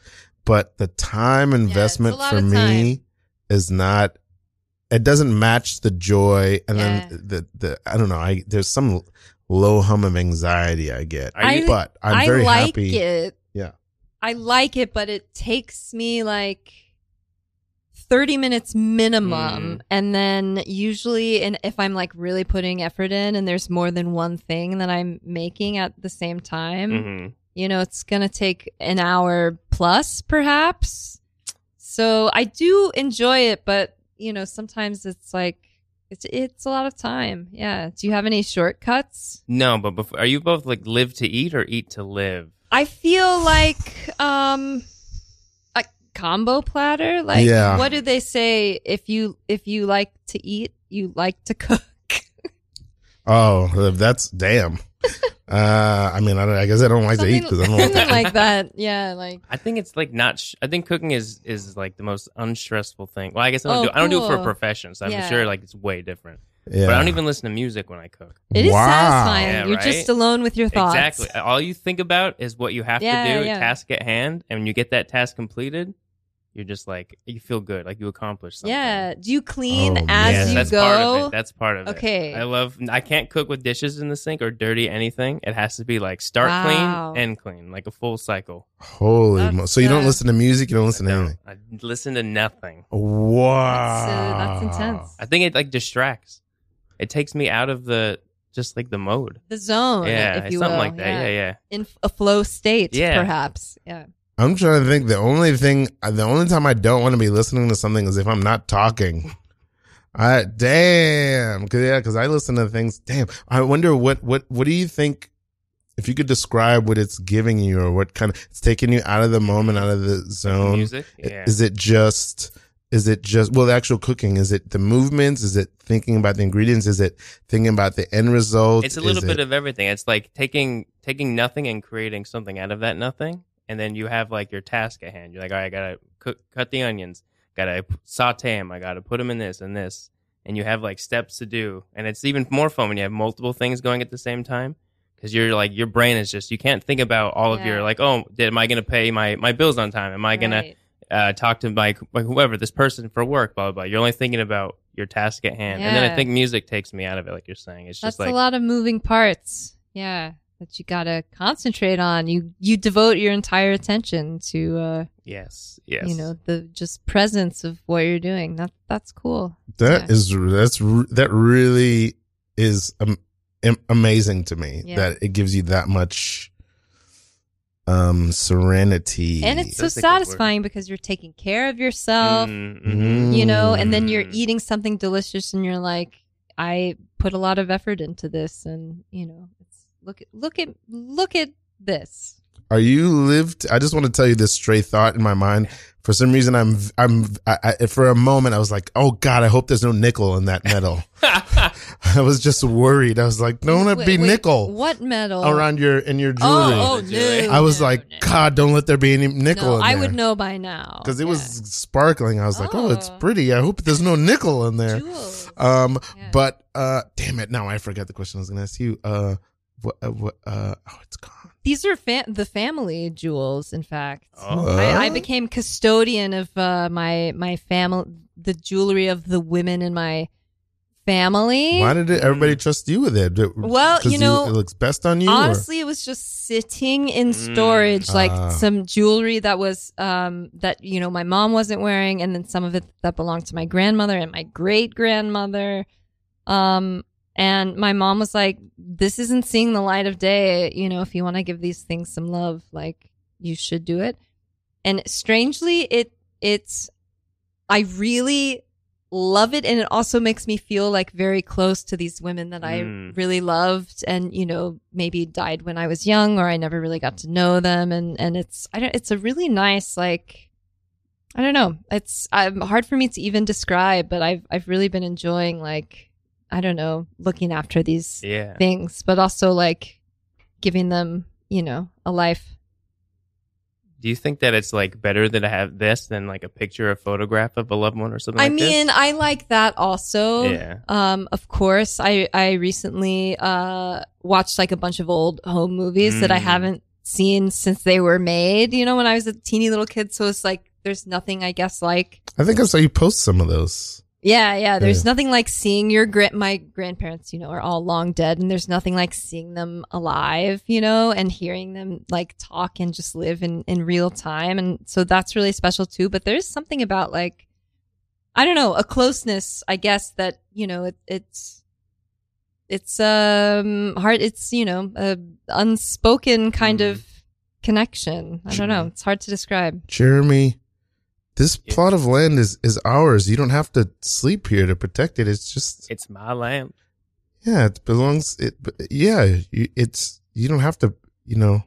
[SPEAKER 3] but the time
[SPEAKER 1] Mm-hmm. it's a
[SPEAKER 3] investment
[SPEAKER 1] lot
[SPEAKER 3] for
[SPEAKER 1] of
[SPEAKER 3] me is not. It doesn't match the joy, and then the the I don't know. I there's some low hum of anxiety I get,
[SPEAKER 2] Are you-
[SPEAKER 1] I-
[SPEAKER 3] but I'm
[SPEAKER 1] I
[SPEAKER 3] very
[SPEAKER 1] like
[SPEAKER 3] happy.
[SPEAKER 1] it.
[SPEAKER 3] Yeah.
[SPEAKER 1] I like it, but it takes me like 30 minutes minimum.
[SPEAKER 3] Mm.
[SPEAKER 1] And then usually, and if I'm like really putting effort in and there's more than one thing that I'm making at the same time,
[SPEAKER 3] Mm-hmm.
[SPEAKER 2] Mhm.
[SPEAKER 1] you know, it's going to take an hour plus perhaps. So I do enjoy it, but you know, sometimes it's like, it's, it's a lot of time. Yeah. Do you have any shortcuts?
[SPEAKER 2] No, but before, are you both like live to eat or eat to live?
[SPEAKER 1] I feel like um a combo platter. Like
[SPEAKER 3] Yeah.
[SPEAKER 1] what do they say if you if you like to eat, you like to cook?
[SPEAKER 3] Oh, that's damn. uh, I mean, I, don't, I guess I don't like to eat because I don't.
[SPEAKER 1] something like that. Yeah, like
[SPEAKER 2] I think it's like not. Sh- I think cooking is is like the most unstressful thing. Well, I guess I don't
[SPEAKER 1] Oh,
[SPEAKER 2] do. I don't do it for a
[SPEAKER 1] cool.
[SPEAKER 2] profession, so I'm
[SPEAKER 1] Yeah.
[SPEAKER 2] sure like it's way different.
[SPEAKER 3] yeah.
[SPEAKER 2] But I don't even listen to music when I cook.
[SPEAKER 1] it is
[SPEAKER 3] Wow.
[SPEAKER 1] satisfying.
[SPEAKER 2] Yeah,
[SPEAKER 1] You're
[SPEAKER 2] right?
[SPEAKER 1] just alone with your thoughts.
[SPEAKER 2] Exactly. All you think about is what you have
[SPEAKER 1] Yeah,
[SPEAKER 2] to do, a
[SPEAKER 1] yeah.
[SPEAKER 2] task at hand, and when you get that task completed, you're just like you feel good, like you accomplished something.
[SPEAKER 1] Yeah. Do you clean
[SPEAKER 3] Oh,
[SPEAKER 1] as
[SPEAKER 3] man.
[SPEAKER 2] Yes,
[SPEAKER 1] you
[SPEAKER 2] that's
[SPEAKER 1] go?
[SPEAKER 2] part of it. That's part of
[SPEAKER 1] Okay.
[SPEAKER 2] it. I love. I can't cook with dishes in the sink or dirty anything. It has to be like start
[SPEAKER 1] Wow.
[SPEAKER 2] clean, end clean, like a full cycle.
[SPEAKER 3] Holy,
[SPEAKER 1] That's,
[SPEAKER 3] mo- so you don't
[SPEAKER 1] uh,
[SPEAKER 3] listen to music? You don't listen to anything?
[SPEAKER 2] I listen to nothing.
[SPEAKER 3] Wow,
[SPEAKER 1] That's, uh, that's intense.
[SPEAKER 2] I think it like distracts. It takes me out of the just like the mode.
[SPEAKER 1] the zone,
[SPEAKER 2] yeah,
[SPEAKER 1] if you
[SPEAKER 2] something
[SPEAKER 1] will.
[SPEAKER 2] like that. Yeah, yeah.
[SPEAKER 1] In f- a flow state,
[SPEAKER 2] Yeah.
[SPEAKER 1] perhaps. Yeah.
[SPEAKER 3] I'm trying to think. The only thing, uh, the only time I don't want to be listening to something is if I'm not talking. I damn, cause yeah, cause I listen to things. Damn, I wonder what what what do you think? If you could describe what it's giving you, or what kind of it's taking you out of the moment, out of the zone.
[SPEAKER 2] Music.
[SPEAKER 3] I-
[SPEAKER 2] Yeah.
[SPEAKER 3] Is it just? Is it just? Well, the actual cooking. Is it the movements? Is it thinking about the ingredients? Is it thinking about the end result?
[SPEAKER 2] It's a little bit of everything. It's like taking taking nothing and creating something out of that nothing, and then you have like your task at hand. You're like, all right, I gotta cook, cut the onions, gotta saute them, I gotta put them in this and this, and you have like steps to do, and it's even more fun when you have multiple things going at the same time. Because you're like your brain is just you can't think about all of
[SPEAKER 1] Yeah.
[SPEAKER 2] your like oh did, am I gonna pay my my bills on time am I gonna
[SPEAKER 1] Right.
[SPEAKER 2] uh, talk to like like whoever this person for work, blah blah. blah. You're only thinking about your task at hand, and then
[SPEAKER 1] Yeah.
[SPEAKER 2] I think music takes me out of it, like you're saying. It's
[SPEAKER 1] That's
[SPEAKER 2] just like
[SPEAKER 1] a lot of moving parts. Yeah, that you gotta concentrate on. You you devote your entire attention to uh,
[SPEAKER 2] yes, yes.
[SPEAKER 1] you know the just presence of what you're doing. That that's cool.
[SPEAKER 3] That is that's re- that really is um, am- amazing to me
[SPEAKER 1] Yeah.
[SPEAKER 3] that it gives you that much um serenity.
[SPEAKER 1] and it's so
[SPEAKER 2] That's a good word.
[SPEAKER 1] satisfying because you're taking care of yourself,
[SPEAKER 2] Mm, mhm.
[SPEAKER 3] Mm-hmm.
[SPEAKER 1] you know, and then you're
[SPEAKER 2] Mm.
[SPEAKER 1] eating something delicious, and you're like, I put a lot of effort into this, and you know, it's look at look at look at this.
[SPEAKER 3] Are you lived? I just want to tell you this stray thought in my mind. For some reason, I'm I'm I, I, for a moment I was like, oh God, I hope there's no nickel in that metal. I was just worried. I was like, don't let
[SPEAKER 1] Wait,
[SPEAKER 3] it be
[SPEAKER 1] wait,
[SPEAKER 3] nickel
[SPEAKER 1] What metal?
[SPEAKER 3] around your in your jewelry.
[SPEAKER 1] Oh, oh
[SPEAKER 2] Jewelry.
[SPEAKER 1] no!
[SPEAKER 3] I was
[SPEAKER 1] no,
[SPEAKER 3] like,
[SPEAKER 1] no.
[SPEAKER 3] God, don't let there be any nickel.
[SPEAKER 1] No,
[SPEAKER 3] in
[SPEAKER 1] I
[SPEAKER 3] there.
[SPEAKER 1] would know by now
[SPEAKER 3] because it
[SPEAKER 1] Yeah.
[SPEAKER 3] was sparkling. I was like, oh, it's
[SPEAKER 1] Oh.
[SPEAKER 3] pretty. I hope there's no nickel in there.
[SPEAKER 1] Jewels.
[SPEAKER 3] Um,
[SPEAKER 1] Yeah.
[SPEAKER 3] but uh, damn it, now I forgot the question I was gonna ask you. Uh, what? Uh, what uh, oh, it's gone.
[SPEAKER 1] these are fa- the family jewels. In fact,
[SPEAKER 3] Uh-huh.
[SPEAKER 2] Oh.
[SPEAKER 1] I, I
[SPEAKER 3] Huh?
[SPEAKER 1] became custodian of uh, my my family, the jewelry of the women in my family.
[SPEAKER 3] Why did it, everybody trust you with it? Did-
[SPEAKER 1] Well,
[SPEAKER 3] 'cause
[SPEAKER 1] you know,
[SPEAKER 3] it looks best on you. or-
[SPEAKER 1] Honestly, it was just sitting in
[SPEAKER 2] Mm.
[SPEAKER 1] storage, like
[SPEAKER 3] Ah.
[SPEAKER 1] some jewelry that was um that you know my mom wasn't wearing, and then some of it that belonged to my grandmother and my great grandmother. Um, and my mom was like, "This isn't seeing the light of day. You know, if you want to give these things some love, like you should do it." And strangely, it it's I really love it and it also makes me feel like very close to these women that I
[SPEAKER 2] Mm.
[SPEAKER 1] really loved and you know maybe died when I was young or I never really got to know them and and it's I don't it's a really nice like I don't know it's um, hard for me to even describe but I've I've really been enjoying like I don't know looking after these
[SPEAKER 2] yeah.
[SPEAKER 1] things but also like giving them you know a life
[SPEAKER 2] Do you think that it's like better that I have this than like a picture, a photograph of a loved one or something?
[SPEAKER 1] I
[SPEAKER 2] like this?
[SPEAKER 1] mean, I like that also.
[SPEAKER 2] Yeah.
[SPEAKER 1] Um, of course, I I recently uh watched like a bunch of old home movies that I
[SPEAKER 2] Mm.
[SPEAKER 1] haven't seen since they were made. You know, when I was a teeny little kid, so it's like there's nothing I guess like
[SPEAKER 3] I think I saw you post some of those.
[SPEAKER 1] yeah, yeah. There's
[SPEAKER 3] Yeah.
[SPEAKER 1] nothing like seeing your grand my grandparents, you know, are all long dead, and there's nothing like seeing them alive, you know, and hearing them like talk and just live in in real time, and so that's really special too. But there's something about like I don't know, a closeness, I guess that, you know, it, it's, it's, um, hard. It's, you know, a unspoken kind of connection. I don't know. It's hard to describe.
[SPEAKER 3] Jeremy, this
[SPEAKER 2] Yeah.
[SPEAKER 3] plot of land is is ours. You don't have to sleep here to protect it. It's just
[SPEAKER 2] It's my land.
[SPEAKER 3] yeah, it belongs. It yeah, you, it's you don't have to. You know,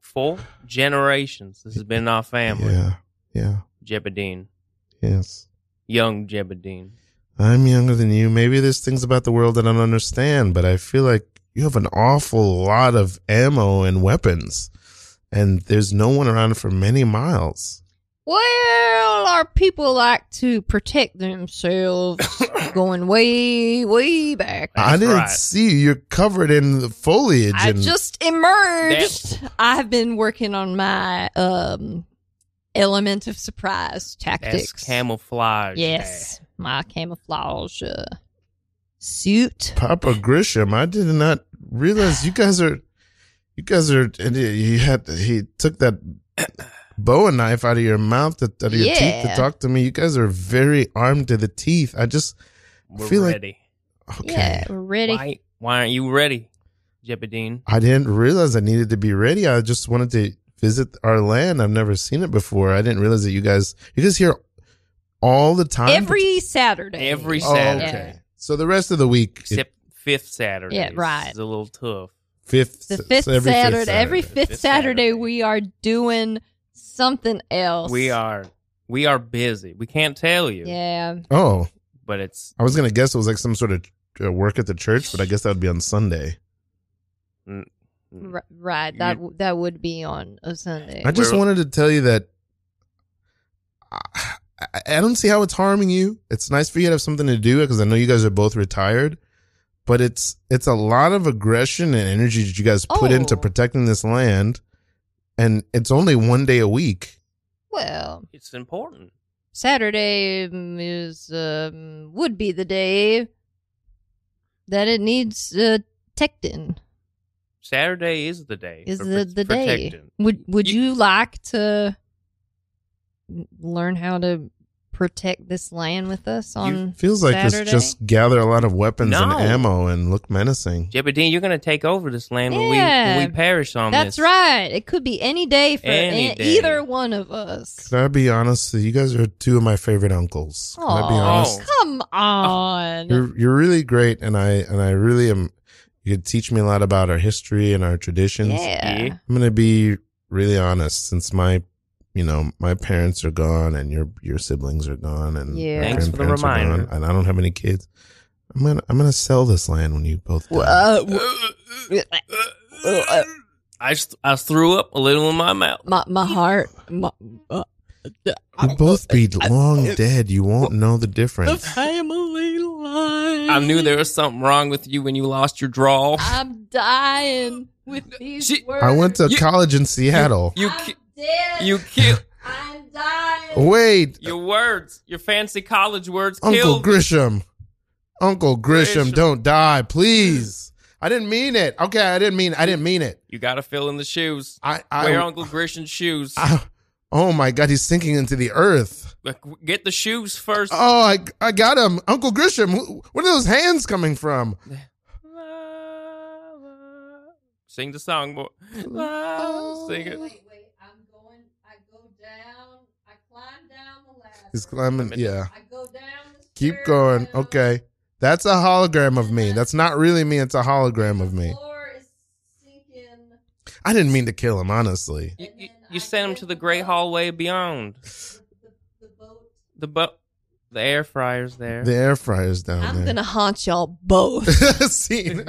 [SPEAKER 2] Four generations. This has been our family.
[SPEAKER 3] yeah, yeah,
[SPEAKER 2] Jebedine.
[SPEAKER 3] yes.
[SPEAKER 2] Young Jebedine.
[SPEAKER 3] I'm younger than you. Maybe there's things about the world that I don't understand, but I feel like you have an awful lot of ammo and weapons, and there's no one around for many miles.
[SPEAKER 1] Well, our people like to protect themselves going way, way back.
[SPEAKER 3] I
[SPEAKER 2] That's
[SPEAKER 3] didn't
[SPEAKER 2] right.
[SPEAKER 3] see you. You're covered in the foliage.
[SPEAKER 1] I
[SPEAKER 3] and
[SPEAKER 1] just emerged. I've been working on my um element of surprise
[SPEAKER 2] That's
[SPEAKER 1] tactics.
[SPEAKER 2] camouflage.
[SPEAKER 1] yes, my camouflage uh, suit.
[SPEAKER 3] Papa Grisham. I did not realize you guys are, you guys are. and He had he took that boa knife out of your mouth, to, out of your teeth to
[SPEAKER 1] Yeah.
[SPEAKER 3] talk to me. You guys are very armed to the teeth. I just
[SPEAKER 2] We're
[SPEAKER 3] Feel like-
[SPEAKER 2] ready.
[SPEAKER 3] okay.
[SPEAKER 1] Yeah, we're ready.
[SPEAKER 2] Why, why aren't you ready, Jebedine?
[SPEAKER 3] I didn't realize I needed to be ready. I just wanted to visit our land. I've never seen it before. I didn't realize that you guys, you guys here all the time.
[SPEAKER 1] Every Saturday.
[SPEAKER 2] Every
[SPEAKER 3] oh,
[SPEAKER 2] Saturday.
[SPEAKER 3] okay. So the rest of the week, it-
[SPEAKER 2] Except fifth Saturday.
[SPEAKER 1] Yeah, right.
[SPEAKER 2] It's a little tough.
[SPEAKER 3] fifth,
[SPEAKER 1] The
[SPEAKER 3] so
[SPEAKER 1] fifth
[SPEAKER 3] every
[SPEAKER 1] Saturday, Every fifth,
[SPEAKER 2] Fifth
[SPEAKER 1] Saturday,
[SPEAKER 2] Saturday.
[SPEAKER 1] we are doing something else.
[SPEAKER 2] We are we are busy. We can't tell you.
[SPEAKER 1] Yeah.
[SPEAKER 3] Oh,
[SPEAKER 2] But it's
[SPEAKER 3] I was gonna guess it was like some sort of uh, work at the church, but I guess that would be on Sunday.
[SPEAKER 1] R- right. That w- that would be on a Sunday.
[SPEAKER 3] I just
[SPEAKER 2] We're-
[SPEAKER 3] wanted to tell you that I, I- I don't see how it's harming you. It's nice for you to have something to do because I know you guys are both retired, but it's it's a lot of aggression and energy that you guys put into
[SPEAKER 1] Oh.
[SPEAKER 3] protecting this land, and it's only one day a week.
[SPEAKER 1] well,
[SPEAKER 2] it's important.
[SPEAKER 1] Saturday um, is um, would be the day that it needs uh, tectin.
[SPEAKER 2] Saturday is the day.
[SPEAKER 1] Is
[SPEAKER 2] for
[SPEAKER 1] the
[SPEAKER 2] pr-
[SPEAKER 1] the day?
[SPEAKER 2] protecting.
[SPEAKER 1] Would would
[SPEAKER 2] You-
[SPEAKER 1] you, like to n- learn how to protect this land with us on?
[SPEAKER 3] Feels like
[SPEAKER 1] Saturday?
[SPEAKER 3] this just gather a lot of weapons
[SPEAKER 2] No.
[SPEAKER 3] and ammo and look menacing.
[SPEAKER 2] Jebedine, you're gonna take over this land when we
[SPEAKER 1] Yeah.
[SPEAKER 2] when we perish on
[SPEAKER 1] That's
[SPEAKER 2] this.
[SPEAKER 1] right. It could be any day for
[SPEAKER 2] Any
[SPEAKER 1] a-
[SPEAKER 2] day.
[SPEAKER 1] either one of us.
[SPEAKER 3] Can I be honest? You guys are two of my favorite uncles. Can I be
[SPEAKER 1] Aw.
[SPEAKER 3] honest? Ah,
[SPEAKER 1] Come on.
[SPEAKER 3] You're you're really great, and I and I really am. You teach me a lot about our history and our traditions.
[SPEAKER 1] yeah.
[SPEAKER 3] I'm gonna be really honest, since my, you know, my parents are gone, and your your siblings are gone, and my
[SPEAKER 1] Yeah. Thanks
[SPEAKER 2] for the
[SPEAKER 3] grandparents are
[SPEAKER 2] reminder.
[SPEAKER 3] gone, and I don't have any kids. I'm gonna I'm gonna sell this land when you both. die.
[SPEAKER 1] uh,
[SPEAKER 2] I just, I threw up a little in my mouth.
[SPEAKER 1] my my heart. My, uh,
[SPEAKER 3] You'll both be long dead. You won't know the difference.
[SPEAKER 1] family line.
[SPEAKER 2] I knew there was something wrong with you when you lost your draw.
[SPEAKER 1] I'm dying with these
[SPEAKER 2] She-
[SPEAKER 1] words.
[SPEAKER 3] I went to
[SPEAKER 2] You-
[SPEAKER 3] college in Seattle.
[SPEAKER 2] You
[SPEAKER 1] I'm
[SPEAKER 2] ki-
[SPEAKER 1] dead.
[SPEAKER 2] you killed
[SPEAKER 1] I'm dying.
[SPEAKER 3] Wait,
[SPEAKER 2] your words, your fancy college words
[SPEAKER 3] Uncle
[SPEAKER 2] killed.
[SPEAKER 3] Grisham. Uncle Grisham,
[SPEAKER 2] Grisham.
[SPEAKER 3] don't die, please. I didn't mean it. Okay, I didn't mean I didn't mean it.
[SPEAKER 2] you got to fill in the shoes.
[SPEAKER 3] I I,
[SPEAKER 2] Wear Uncle Grisham's shoes.
[SPEAKER 3] I- Oh my god, he's sinking into the earth.
[SPEAKER 2] Like, w- Get the shoes first.
[SPEAKER 3] Oh, I I got him. Uncle Grisham, wh- where are those hands coming from?
[SPEAKER 2] Sing the song, boy. Sing it.
[SPEAKER 1] Wait, wait. I'm going. I go down. I climb down the ladder.
[SPEAKER 3] He's climbing. Yeah.
[SPEAKER 1] I go down. The
[SPEAKER 3] Keep
[SPEAKER 1] stairwell.
[SPEAKER 3] going. Okay. That's a hologram of me. That's not really me. It's a hologram of me.
[SPEAKER 1] The floor is sinking.
[SPEAKER 3] I didn't mean to kill him, honestly.
[SPEAKER 2] You, you, you sent him to the great hallway beyond.
[SPEAKER 1] The, the, the boat.
[SPEAKER 2] The bu- the air fryer's there.
[SPEAKER 3] The air fryer's down
[SPEAKER 1] I'm
[SPEAKER 3] there.
[SPEAKER 1] gonna haunt y'all both.
[SPEAKER 3] scene.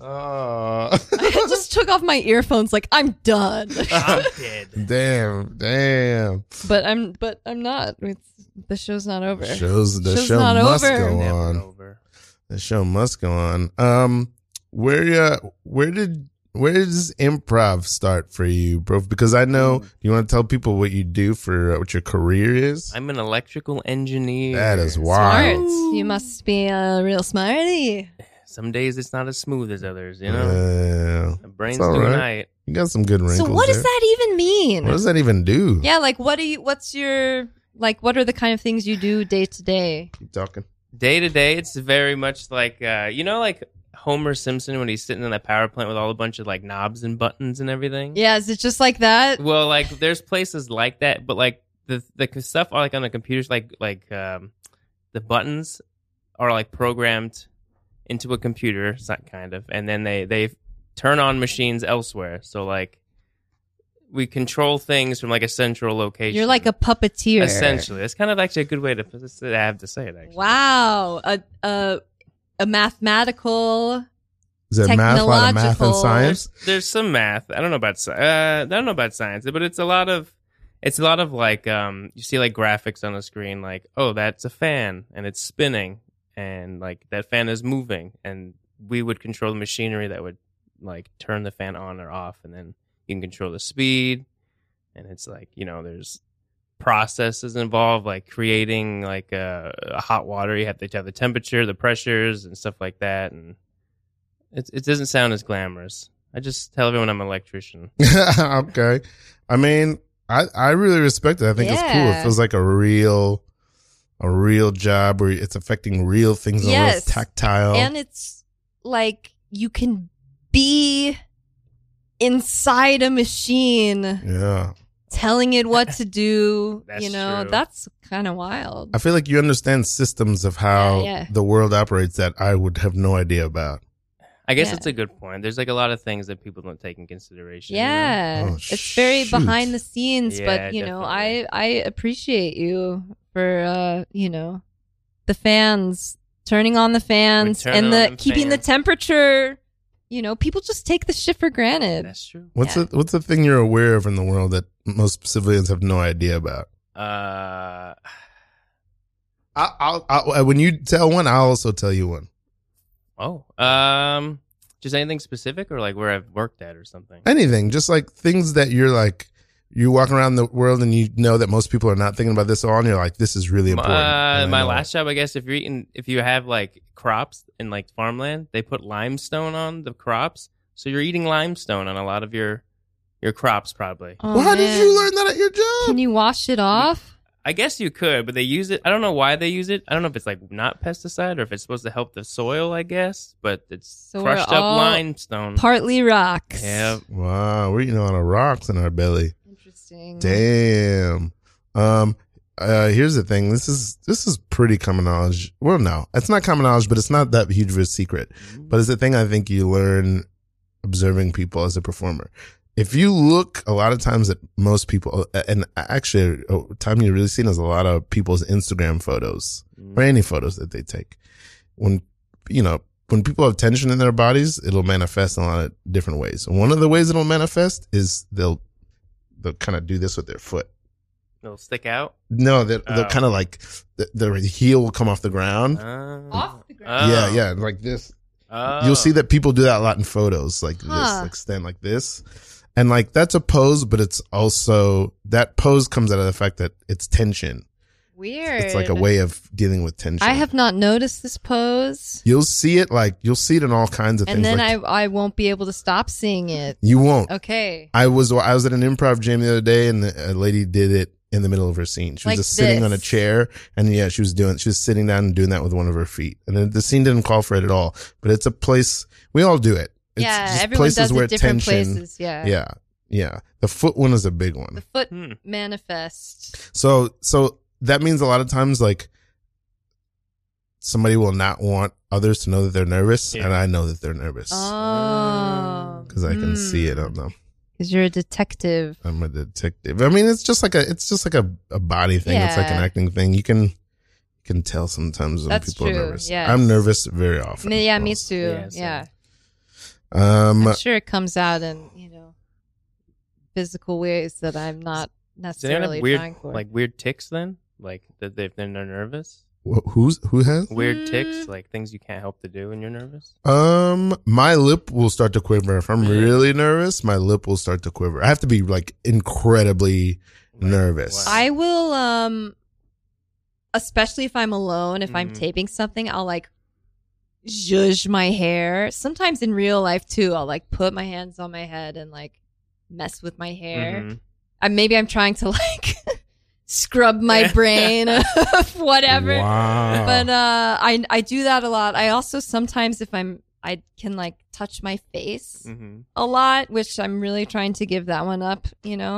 [SPEAKER 3] oh.
[SPEAKER 1] I just took off my earphones. Like I'm done.
[SPEAKER 2] I'm dead.
[SPEAKER 3] damn, damn.
[SPEAKER 1] But I'm but I'm not. It's, the show's not over.
[SPEAKER 3] Shows the
[SPEAKER 1] Show's
[SPEAKER 3] show
[SPEAKER 1] not
[SPEAKER 3] must
[SPEAKER 1] over.
[SPEAKER 3] go
[SPEAKER 2] Never
[SPEAKER 3] on.
[SPEAKER 2] over.
[SPEAKER 3] The show must go on. Um where uh where did where does improv start for you, bro? Because I
[SPEAKER 1] Hmm.
[SPEAKER 3] know you want to tell people what you do for uh, what your career is.
[SPEAKER 2] I'm an electrical engineer.
[SPEAKER 3] That is
[SPEAKER 1] Smart.
[SPEAKER 3] wild.
[SPEAKER 1] You must be a real smarty.
[SPEAKER 2] Some days it's not as smooth as others, you know?
[SPEAKER 3] Yeah.
[SPEAKER 2] The brain's
[SPEAKER 3] It's all
[SPEAKER 2] doing
[SPEAKER 3] right.
[SPEAKER 2] right.
[SPEAKER 3] You got some good wrinkles.
[SPEAKER 1] So what does
[SPEAKER 3] there.
[SPEAKER 1] that even mean?
[SPEAKER 3] What does that even do?
[SPEAKER 1] yeah, like what do you? What's your like? What are the kind of things you do day to day?
[SPEAKER 3] Keep talking.
[SPEAKER 2] Day to day, it's very much like, uh, you know, like Homer Simpson when he's sitting in that power plant with all a bunch of like knobs and buttons and everything?
[SPEAKER 1] Yeah, is it just like that?
[SPEAKER 2] Well, like there's places like that, but like the the stuff on like on the computers, like like um, the buttons are like programmed into a computer, it's not kind of, and then they they turn on machines elsewhere. So like we control things from like a central location.
[SPEAKER 1] You're like a puppeteer.
[SPEAKER 2] essentially. It's kind of actually a good way to I have to say it actually.
[SPEAKER 1] Wow, a a, a mathematical.
[SPEAKER 3] Is that math, a lot of math and
[SPEAKER 1] Technological-
[SPEAKER 3] science?
[SPEAKER 2] there's some math. I don't know about sci- uh, I don't know about science, but it's a lot of it's a lot of like um you see like graphics on the screen like oh that's a fan and it's spinning and like that fan is moving and we would control the machinery that would like turn the fan on or off and then you can control the speed and it's like you know there's processes involved like creating like a, a hot water you have to have the temperature the pressures and stuff like that and it, it doesn't sound as glamorous i just tell everyone i'm an electrician
[SPEAKER 3] okay. I mean, I I really respect it. I think it's cool. It
[SPEAKER 1] Yeah.
[SPEAKER 3] feels like a real a real job where it's affecting real things on real
[SPEAKER 1] Yes.
[SPEAKER 3] tactile.
[SPEAKER 1] and it's like you can be inside a machine
[SPEAKER 3] yeah.
[SPEAKER 1] telling it what to do
[SPEAKER 2] That's
[SPEAKER 1] you know
[SPEAKER 2] true.
[SPEAKER 1] that's kind of wild
[SPEAKER 3] I feel like you understand systems of how
[SPEAKER 1] Yeah, yeah.
[SPEAKER 3] the world operates that I would have no idea about.
[SPEAKER 2] i guess
[SPEAKER 1] Yeah.
[SPEAKER 2] it's a good point there's like a lot of things that people don't take in consideration you know?
[SPEAKER 1] yeah
[SPEAKER 3] Oh,
[SPEAKER 1] it's very
[SPEAKER 3] shoot.
[SPEAKER 1] behind the scenes
[SPEAKER 2] Yeah,
[SPEAKER 1] but you know i
[SPEAKER 2] definitely.
[SPEAKER 1] i appreciate you for uh you know the fans turning on the fans
[SPEAKER 2] turning
[SPEAKER 1] and the
[SPEAKER 2] on the
[SPEAKER 1] keeping the
[SPEAKER 2] fans.
[SPEAKER 1] temperature you know people just take the shit for granted
[SPEAKER 2] that's true
[SPEAKER 3] What's
[SPEAKER 1] Yeah.
[SPEAKER 3] the what's the thing you're aware of in the world that most civilians have no idea about?
[SPEAKER 2] uh
[SPEAKER 3] I, I'll, I'll when you tell one, I'll also tell you one.
[SPEAKER 2] oh um just anything specific or like where i've worked at or something
[SPEAKER 3] Anything, just like things that you're like you walk around the world and you know that most people are not thinking about this at all, and you're like, this is really important.
[SPEAKER 2] Uh,
[SPEAKER 3] and I
[SPEAKER 2] my
[SPEAKER 3] know it.
[SPEAKER 2] last job, I guess, if you're eating, if you have like crops and like farmland, they put limestone on the crops, so you're eating limestone on a lot of your your crops, probably.
[SPEAKER 1] Oh,
[SPEAKER 3] Well, how did you
[SPEAKER 1] man.
[SPEAKER 3] learn that at your
[SPEAKER 1] can
[SPEAKER 3] job?
[SPEAKER 1] you wash
[SPEAKER 2] Mm.
[SPEAKER 1] it off
[SPEAKER 2] I guess you could, but they use it. I don't know why they use it. I don't know if it's like not pesticide or if it's supposed to help the soil. I guess, but it's
[SPEAKER 1] So we're
[SPEAKER 2] crushed up
[SPEAKER 1] all
[SPEAKER 2] limestone.
[SPEAKER 1] partly rocks
[SPEAKER 2] yeah,
[SPEAKER 3] wow, we're eating on a rocks in our belly.
[SPEAKER 1] Interesting. Mm-hmm.
[SPEAKER 3] Damn. Um. Uh. Here's the thing. This is this is pretty common knowledge. Well, no, it's not common knowledge, but it's not that huge of a secret. But it's the thing I think you learn observing people as a performer. If you look a lot of times at most people, and actually, a time you really seen is a lot of people's Instagram photos
[SPEAKER 2] Mm-hmm. Mm,
[SPEAKER 3] or any photos that they take. When, you know, when people have tension in their bodies, it'll manifest in a lot of different ways. And one of the ways it'll manifest is they'll, they'll kind of do this with their foot.
[SPEAKER 2] it'll stick out.
[SPEAKER 3] No, they'll, they'll
[SPEAKER 2] Oh.
[SPEAKER 3] kind of like, th- their heel will come off the ground.
[SPEAKER 2] Uh,
[SPEAKER 1] Off the ground.
[SPEAKER 2] oh,
[SPEAKER 3] Hmm? Yeah, yeah, like this.
[SPEAKER 2] oh.
[SPEAKER 3] You'll see that people do that a lot in photos, like this,
[SPEAKER 1] Huh.
[SPEAKER 3] like stand like this. And like that's a pose, but it's also that pose comes out of the fact that it's tension.
[SPEAKER 1] Weird.
[SPEAKER 3] It's like a way of dealing with tension.
[SPEAKER 1] I have not noticed this pose,
[SPEAKER 3] You'll see it like you'll see it in all kinds of
[SPEAKER 1] and
[SPEAKER 3] things.
[SPEAKER 1] then
[SPEAKER 3] like,
[SPEAKER 1] I I won't be able to stop seeing it.
[SPEAKER 3] you won't.
[SPEAKER 1] Okay.
[SPEAKER 3] I was I was at an improv jam the other day, and the, a lady did it in the middle of her scene. She was
[SPEAKER 1] Like
[SPEAKER 3] just sitting on a
[SPEAKER 1] this.
[SPEAKER 3] chair, and yeah, she was doing she was sitting down and doing that with one of her feet. And then the scene didn't call for it at all. But it's a place we all do it. It's
[SPEAKER 1] yeah,
[SPEAKER 3] just
[SPEAKER 1] everyone does it different places. Yeah.
[SPEAKER 3] Yeah, yeah. The foot one is a big
[SPEAKER 1] The
[SPEAKER 3] one.
[SPEAKER 1] foot
[SPEAKER 2] Hmm.
[SPEAKER 1] manifest.
[SPEAKER 3] So so that means a lot of times like somebody will not want others to know that they're nervous,
[SPEAKER 2] Yeah.
[SPEAKER 3] and I know that they're nervous
[SPEAKER 1] Oh.
[SPEAKER 3] because I can see it
[SPEAKER 1] Hmm.
[SPEAKER 3] on them.
[SPEAKER 1] Because you're a detective.
[SPEAKER 3] I'm a detective. I mean, it's just like a it's just like a, a body thing. It's like an
[SPEAKER 1] Yeah.
[SPEAKER 3] acting thing. You can you can tell sometimes when
[SPEAKER 1] That's
[SPEAKER 3] people
[SPEAKER 1] true,
[SPEAKER 3] are nervous.
[SPEAKER 1] yes.
[SPEAKER 3] I'm nervous very often.
[SPEAKER 1] yeah, me too.
[SPEAKER 2] Yeah,
[SPEAKER 1] Yeah.
[SPEAKER 2] same.
[SPEAKER 3] Um,
[SPEAKER 1] I'm sure it comes out in you know physical ways that I'm not
[SPEAKER 2] Does anyone have
[SPEAKER 1] necessarily trying
[SPEAKER 2] weird
[SPEAKER 1] for.
[SPEAKER 2] like weird ticks then? Like that they, they're nervous.
[SPEAKER 3] wh- who's who has?
[SPEAKER 2] weird ticks,
[SPEAKER 1] Mm.
[SPEAKER 2] like things you can't help to do when you're nervous?
[SPEAKER 3] Um, my lip will start to quiver if I'm
[SPEAKER 2] Yeah.
[SPEAKER 3] really nervous. My lip will start to quiver. I have to be like incredibly
[SPEAKER 2] Like,
[SPEAKER 3] Nervous.
[SPEAKER 2] wow.
[SPEAKER 1] I will um especially if I'm alone, if I'm
[SPEAKER 2] Mhm.
[SPEAKER 1] taping something, I'll like zhuzh my hair. Sometimes in real life too, I'll like put my hands on my head and like mess with my hair.
[SPEAKER 2] Mhm.
[SPEAKER 1] Uh, maybe I'm trying to like scrub my brain of whatever.
[SPEAKER 3] Wow.
[SPEAKER 1] But uh, I I do that a lot. I also sometimes if I'm I can like touch my face
[SPEAKER 2] Mhm.
[SPEAKER 1] a lot, which I'm really trying to give that one up, you know.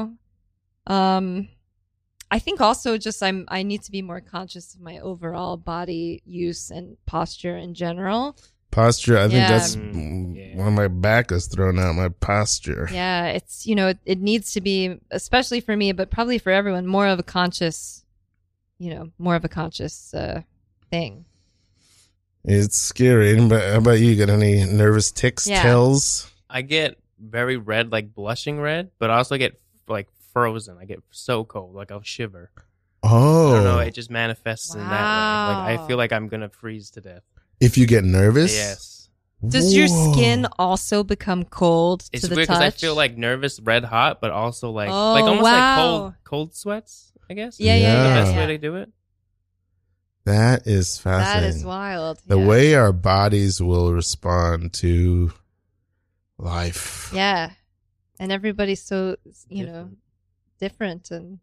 [SPEAKER 1] Um I think also just I'm I need to be more conscious of my overall body use and posture in general.
[SPEAKER 3] posture. I think
[SPEAKER 1] Yeah.
[SPEAKER 3] that's
[SPEAKER 2] Mm, yeah.
[SPEAKER 3] one of my back is thrown out. My posture.
[SPEAKER 1] Yeah, it's you know, it, it needs to be especially for me, but probably for everyone, more of a conscious you know, more of a conscious uh thing.
[SPEAKER 3] It's scary. But how about you? Got any nervous ticks,
[SPEAKER 1] Yeah.
[SPEAKER 3] tells?
[SPEAKER 2] I get very red, like blushing red, but I also get like frozen. I get so cold, like I'll shiver. I
[SPEAKER 3] Oh,
[SPEAKER 2] don't know. It just manifests in that way. Like I
[SPEAKER 1] Wow.
[SPEAKER 2] feel like I'm gonna freeze to death.
[SPEAKER 3] if you get nervous,
[SPEAKER 2] yes,
[SPEAKER 1] Does your
[SPEAKER 3] Whoa.
[SPEAKER 1] skin also become cold
[SPEAKER 2] it's
[SPEAKER 1] to the
[SPEAKER 2] weird
[SPEAKER 1] touch?
[SPEAKER 2] because I feel like nervous, red hot, but also like
[SPEAKER 1] Oh,
[SPEAKER 2] like almost like
[SPEAKER 1] wow.
[SPEAKER 2] cold cold sweats. I guess.
[SPEAKER 1] Yeah,
[SPEAKER 2] Is
[SPEAKER 1] yeah,
[SPEAKER 2] that
[SPEAKER 1] yeah.
[SPEAKER 2] The best
[SPEAKER 1] yeah.
[SPEAKER 2] way to do it.
[SPEAKER 3] That is
[SPEAKER 1] That
[SPEAKER 3] fascinating.
[SPEAKER 1] is wild.
[SPEAKER 3] the
[SPEAKER 1] yeah.
[SPEAKER 3] way our bodies will respond to life.
[SPEAKER 1] Yeah. And everybody's so, you know,
[SPEAKER 2] Different.
[SPEAKER 1] different and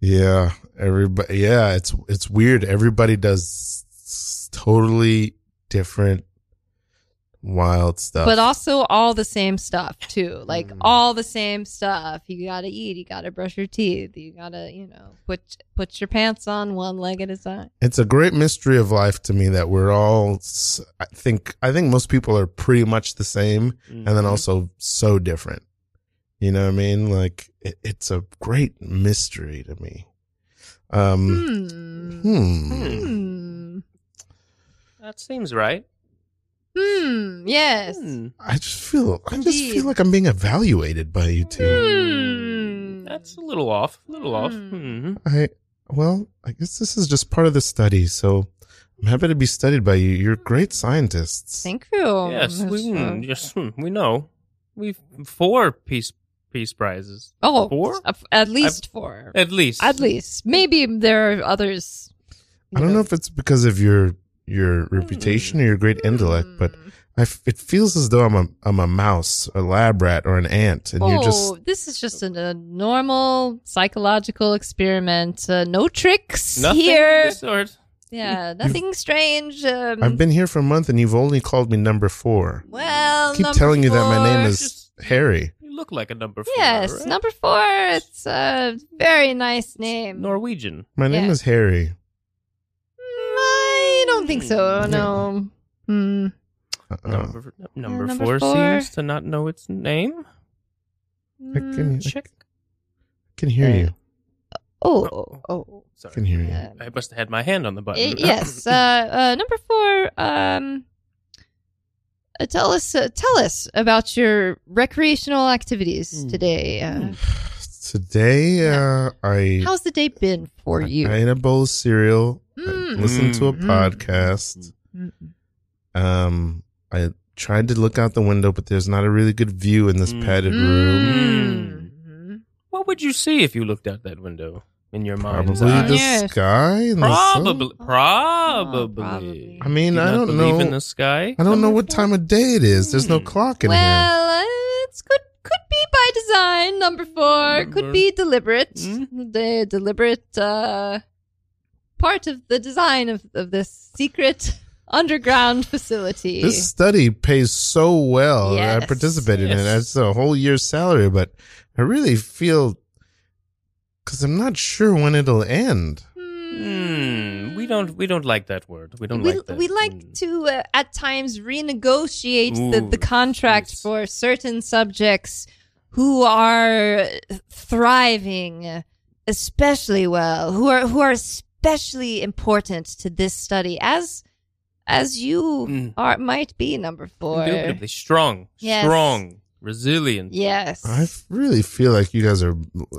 [SPEAKER 3] Yeah, everybody. Yeah, it's it's weird. Everybody does s- totally different, wild stuff.
[SPEAKER 1] but also all the same stuff too. Like
[SPEAKER 2] Mm.
[SPEAKER 1] all the same stuff. You got to eat, you got to brush your teeth, you got to, you know, put put your pants on one leg at a time.
[SPEAKER 3] it's a great mystery of life to me that we're all. s- I think I think most people are pretty much the same, and
[SPEAKER 2] Mm-hmm.
[SPEAKER 3] then
[SPEAKER 1] Mhm.
[SPEAKER 3] also so different. You know what I mean? Like it, it's a great mystery to me.
[SPEAKER 1] Hmm.
[SPEAKER 3] Um. Hmm.
[SPEAKER 1] Hmm.
[SPEAKER 2] that seems right.
[SPEAKER 1] Hmm. Yes.
[SPEAKER 2] Hmm.
[SPEAKER 3] I just feel I just
[SPEAKER 1] Indeed.
[SPEAKER 3] feel like I'm being evaluated by you two.
[SPEAKER 1] Hmm.
[SPEAKER 2] That's a little off. A little off.
[SPEAKER 1] Hmm.
[SPEAKER 2] hmm
[SPEAKER 3] I well, I guess this is just part of the study, so I'm happy to be studied by you. You're great scientists.
[SPEAKER 1] Thank you.
[SPEAKER 2] Yes,
[SPEAKER 1] That's,
[SPEAKER 2] we,
[SPEAKER 1] uh,
[SPEAKER 2] hmm, yes, hmm, we know. We've four peace peace prizes
[SPEAKER 1] Oh,
[SPEAKER 2] Four?
[SPEAKER 1] a- at least four.
[SPEAKER 2] at least.
[SPEAKER 1] At least. Maybe there are others. you
[SPEAKER 3] I don't know if it's because of your your reputation or your great intellect, but
[SPEAKER 1] Hmm.
[SPEAKER 3] I f- it feels as though I'm a I'm a mouse, a lab rat, or an ant, and you're just
[SPEAKER 1] Oh, this is just an, a normal psychological experiment. Uh, no tricks
[SPEAKER 2] Nothing of
[SPEAKER 1] here.
[SPEAKER 2] the sort.
[SPEAKER 1] Yeah, nothing strange. Um,
[SPEAKER 3] I've been here for a month, and you've only called me number four.
[SPEAKER 1] well.
[SPEAKER 3] I keep
[SPEAKER 1] number
[SPEAKER 3] telling you that my name
[SPEAKER 1] four-
[SPEAKER 3] is Harry.
[SPEAKER 2] You look like a number four.
[SPEAKER 1] Yes,
[SPEAKER 2] right?
[SPEAKER 1] number four. It's a very nice name.
[SPEAKER 2] Norwegian.
[SPEAKER 3] My name
[SPEAKER 1] Yeah.
[SPEAKER 3] is Harry.
[SPEAKER 1] Mm, I don't think so. No. Hmm.
[SPEAKER 3] Uh-uh.
[SPEAKER 2] Number,
[SPEAKER 1] Yeah,
[SPEAKER 2] number,
[SPEAKER 1] number
[SPEAKER 2] four,
[SPEAKER 1] four.
[SPEAKER 2] seems to not know its name.
[SPEAKER 3] I
[SPEAKER 1] Hmm,
[SPEAKER 3] can, I
[SPEAKER 2] Check.
[SPEAKER 3] can hear
[SPEAKER 1] Yeah.
[SPEAKER 3] you.
[SPEAKER 1] Oh, oh.
[SPEAKER 3] I can
[SPEAKER 2] Sorry,
[SPEAKER 3] hear you.
[SPEAKER 1] Yeah.
[SPEAKER 2] I must have had my hand on the button.
[SPEAKER 1] Uh, yes. Uh, uh, number four. Um, uh, tell us, uh, tell us about your recreational activities
[SPEAKER 2] Mm.
[SPEAKER 1] today.
[SPEAKER 3] Hmm.
[SPEAKER 1] Uh,
[SPEAKER 3] Today, uh, I
[SPEAKER 1] how's the day been for you?
[SPEAKER 3] I ate a bowl of cereal. I
[SPEAKER 1] Mm.
[SPEAKER 3] listened to a
[SPEAKER 1] Mm.
[SPEAKER 3] podcast.
[SPEAKER 1] Mm-mm.
[SPEAKER 3] Um, I tried to look out the window, but there's not a really good view in this
[SPEAKER 2] Mm.
[SPEAKER 3] padded room.
[SPEAKER 1] Mhm.
[SPEAKER 2] what would you see if you looked out that window in your
[SPEAKER 3] Probably
[SPEAKER 2] mind's eye?
[SPEAKER 3] the
[SPEAKER 1] Yes.
[SPEAKER 3] sky. And The sun.
[SPEAKER 2] Probably,
[SPEAKER 1] Oh,
[SPEAKER 2] probably.
[SPEAKER 1] probably.
[SPEAKER 3] I mean,
[SPEAKER 2] Do you
[SPEAKER 3] I
[SPEAKER 2] not
[SPEAKER 3] don't
[SPEAKER 2] believe
[SPEAKER 3] know.
[SPEAKER 2] in the sky.
[SPEAKER 3] I don't know
[SPEAKER 2] Number
[SPEAKER 3] what
[SPEAKER 2] four?
[SPEAKER 3] time of day it is. There's no
[SPEAKER 2] Mm.
[SPEAKER 3] clock in here.
[SPEAKER 1] Well, uh, it's could could be by design. Number four could
[SPEAKER 2] Number-
[SPEAKER 1] be deliberate.
[SPEAKER 2] Mm.
[SPEAKER 1] The deliberate uh, part of the design of of this secret underground facility.
[SPEAKER 3] This study pays so well. I
[SPEAKER 1] Yes.
[SPEAKER 3] participated in it.
[SPEAKER 2] Yes.
[SPEAKER 3] That's a whole year's salary, but I really feel because I'm not sure when it'll end.
[SPEAKER 2] Hmm. We don't. We don't like that word. We don't
[SPEAKER 1] we,
[SPEAKER 2] like that.
[SPEAKER 1] we like
[SPEAKER 2] Mm.
[SPEAKER 1] to uh, at times renegotiate the, the
[SPEAKER 2] Ooh,
[SPEAKER 1] contract
[SPEAKER 2] yes.
[SPEAKER 1] for certain subjects who are thriving especially well who are who are especially important to this study as as you
[SPEAKER 2] Mm.
[SPEAKER 1] are might be number 4
[SPEAKER 2] Indubitably strong,
[SPEAKER 1] Yes.
[SPEAKER 2] strong, resilient.
[SPEAKER 1] yes
[SPEAKER 3] I f- really feel like you guys are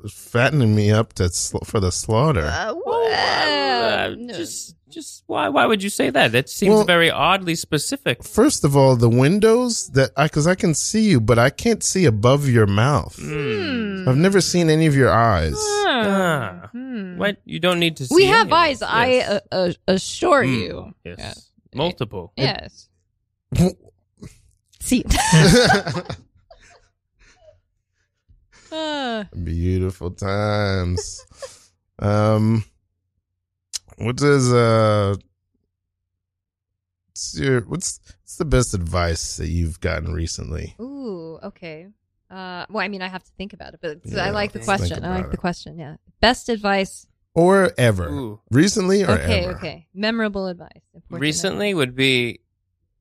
[SPEAKER 3] fattening me up to sl- for the slaughter.
[SPEAKER 1] Uh,
[SPEAKER 2] Well,
[SPEAKER 1] well,
[SPEAKER 2] uh,
[SPEAKER 1] no.
[SPEAKER 2] just, just why? Why would you say that? That seems
[SPEAKER 3] Well-
[SPEAKER 2] very oddly specific.
[SPEAKER 3] First of all, the windows that I because I can see you, but I can't see above your mouth.
[SPEAKER 2] Mm.
[SPEAKER 1] Hmm.
[SPEAKER 3] I've never seen any of your eyes.
[SPEAKER 1] Ah,
[SPEAKER 2] Ah.
[SPEAKER 1] hmm.
[SPEAKER 2] What? You don't need to. See
[SPEAKER 1] we have
[SPEAKER 2] any of
[SPEAKER 1] eyes
[SPEAKER 2] this.
[SPEAKER 1] i
[SPEAKER 2] Yes.
[SPEAKER 1] uh, uh, assure
[SPEAKER 2] Mm.
[SPEAKER 1] you
[SPEAKER 2] Yes.
[SPEAKER 1] Yeah.
[SPEAKER 2] Multiple.
[SPEAKER 1] Yes. See. Uh,
[SPEAKER 3] Beautiful times. um, what does uh, what's your what's what's the best advice that you've gotten recently?
[SPEAKER 1] ooh. Okay. Uh, well, I mean, I have to think about it, but it's-
[SPEAKER 3] Yeah,
[SPEAKER 1] I like the
[SPEAKER 2] let's
[SPEAKER 3] think
[SPEAKER 1] question. I
[SPEAKER 3] about
[SPEAKER 1] like the
[SPEAKER 3] it.
[SPEAKER 1] question. Yeah. Best advice.
[SPEAKER 3] Or ever?
[SPEAKER 2] Ooh.
[SPEAKER 3] Recently or
[SPEAKER 1] okay.
[SPEAKER 3] ever?
[SPEAKER 1] Okay. Memorable advice. Important
[SPEAKER 2] Recently
[SPEAKER 1] advice.
[SPEAKER 2] would be,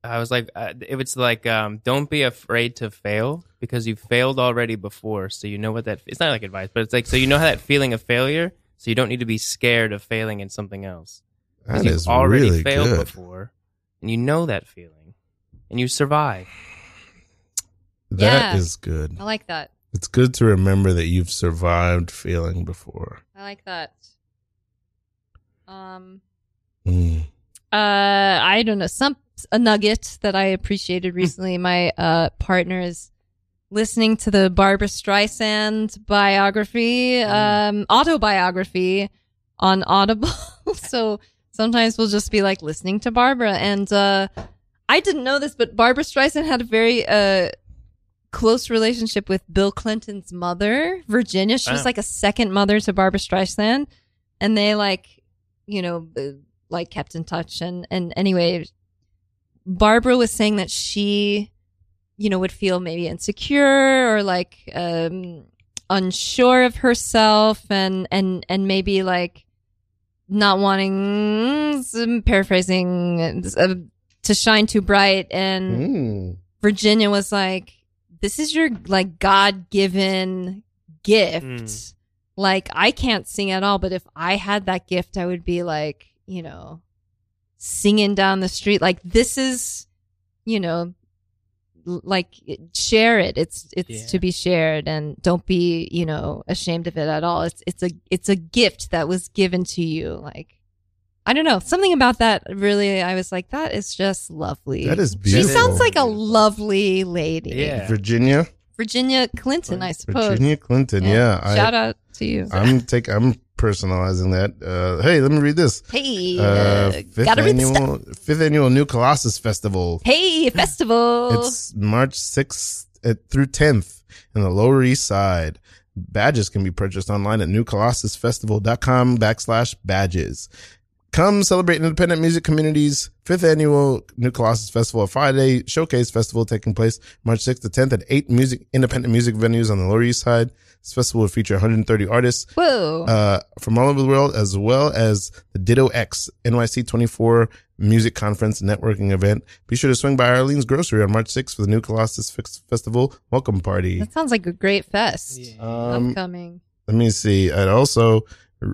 [SPEAKER 2] I was like, uh, if it's like, um, don't be afraid to fail because you failed already before, so you know what that. It's not like advice, but it's like so you know how that feeling of failure, so you don't need to be scared of failing in something else. 'Cause
[SPEAKER 3] That
[SPEAKER 2] you've
[SPEAKER 3] is
[SPEAKER 2] already
[SPEAKER 3] really
[SPEAKER 2] failed
[SPEAKER 3] good.
[SPEAKER 2] before, and you know that feeling, and you survive.
[SPEAKER 1] Yeah.
[SPEAKER 3] That is good.
[SPEAKER 1] I like that.
[SPEAKER 3] It's good to remember that you've survived failing before.
[SPEAKER 1] I like that. Um.
[SPEAKER 3] Mm.
[SPEAKER 1] uh i don't know some a nugget that i appreciated recently my uh partner is listening to the barbara streisand biography um autobiography on audible so sometimes we'll just be like listening to barbara and uh i didn't know this but barbara streisand had a very uh close relationship with bill clinton's mother virginia she was
[SPEAKER 2] Wow.
[SPEAKER 1] like a second mother to barbara streisand and they like you know uh, like kept in touch and and anyway barbara was saying that she you know would feel maybe insecure or like um unsure of herself and and and maybe like not wanting mm, paraphrasing uh, to shine too bright and
[SPEAKER 3] Mm.
[SPEAKER 1] Virginia was like, "This is your like God given gift.
[SPEAKER 2] Mm.
[SPEAKER 1] Like I can't sing at all, but if I had that gift, I would be like, you know, singing down the street. Like this is, you know, l- like share it. It's it's
[SPEAKER 2] Yeah.
[SPEAKER 1] to be shared, and don't be you know ashamed of it at all. It's it's a it's a gift that was given to you. Like." I don't know. Something about that really, I was like, that is just lovely.
[SPEAKER 3] That is
[SPEAKER 1] She
[SPEAKER 3] beautiful.
[SPEAKER 1] sounds like a
[SPEAKER 2] Beautiful.
[SPEAKER 1] lovely lady.
[SPEAKER 2] Yeah.
[SPEAKER 3] Virginia.
[SPEAKER 1] Virginia Clinton, I suppose.
[SPEAKER 3] Virginia Clinton. Yeah. I,
[SPEAKER 1] Shout out to you.
[SPEAKER 3] I'm take. I'm personalizing that. Uh, hey, let me read this.
[SPEAKER 1] hey,
[SPEAKER 3] Uh,
[SPEAKER 1] uh,
[SPEAKER 3] fifth
[SPEAKER 1] gotta read the stuff.
[SPEAKER 3] annual fifth annual New Colossus Festival.
[SPEAKER 1] Hey, festival.
[SPEAKER 3] It's March sixth uh, through tenth in the Lower East Side. Badges can be purchased online at newcolossusfestival.com backslash badges. Come celebrate independent music communities. Fifth annual New Colossus Festival, a Friday showcase festival taking place March 6th to 10th at eight music independent music venues on the Lower East Side. This festival will feature 130 artists,
[SPEAKER 1] Whoa.
[SPEAKER 3] uh, from all over the world, as well as the Ditto X NYC 24 music conference networking event. Be sure to swing by Arlene's Grocery on March 6th for the New Colossus Fix Festival welcome party.
[SPEAKER 1] that sounds like a great fest. I'm
[SPEAKER 3] Um,
[SPEAKER 1] coming.
[SPEAKER 3] let me see. I'd also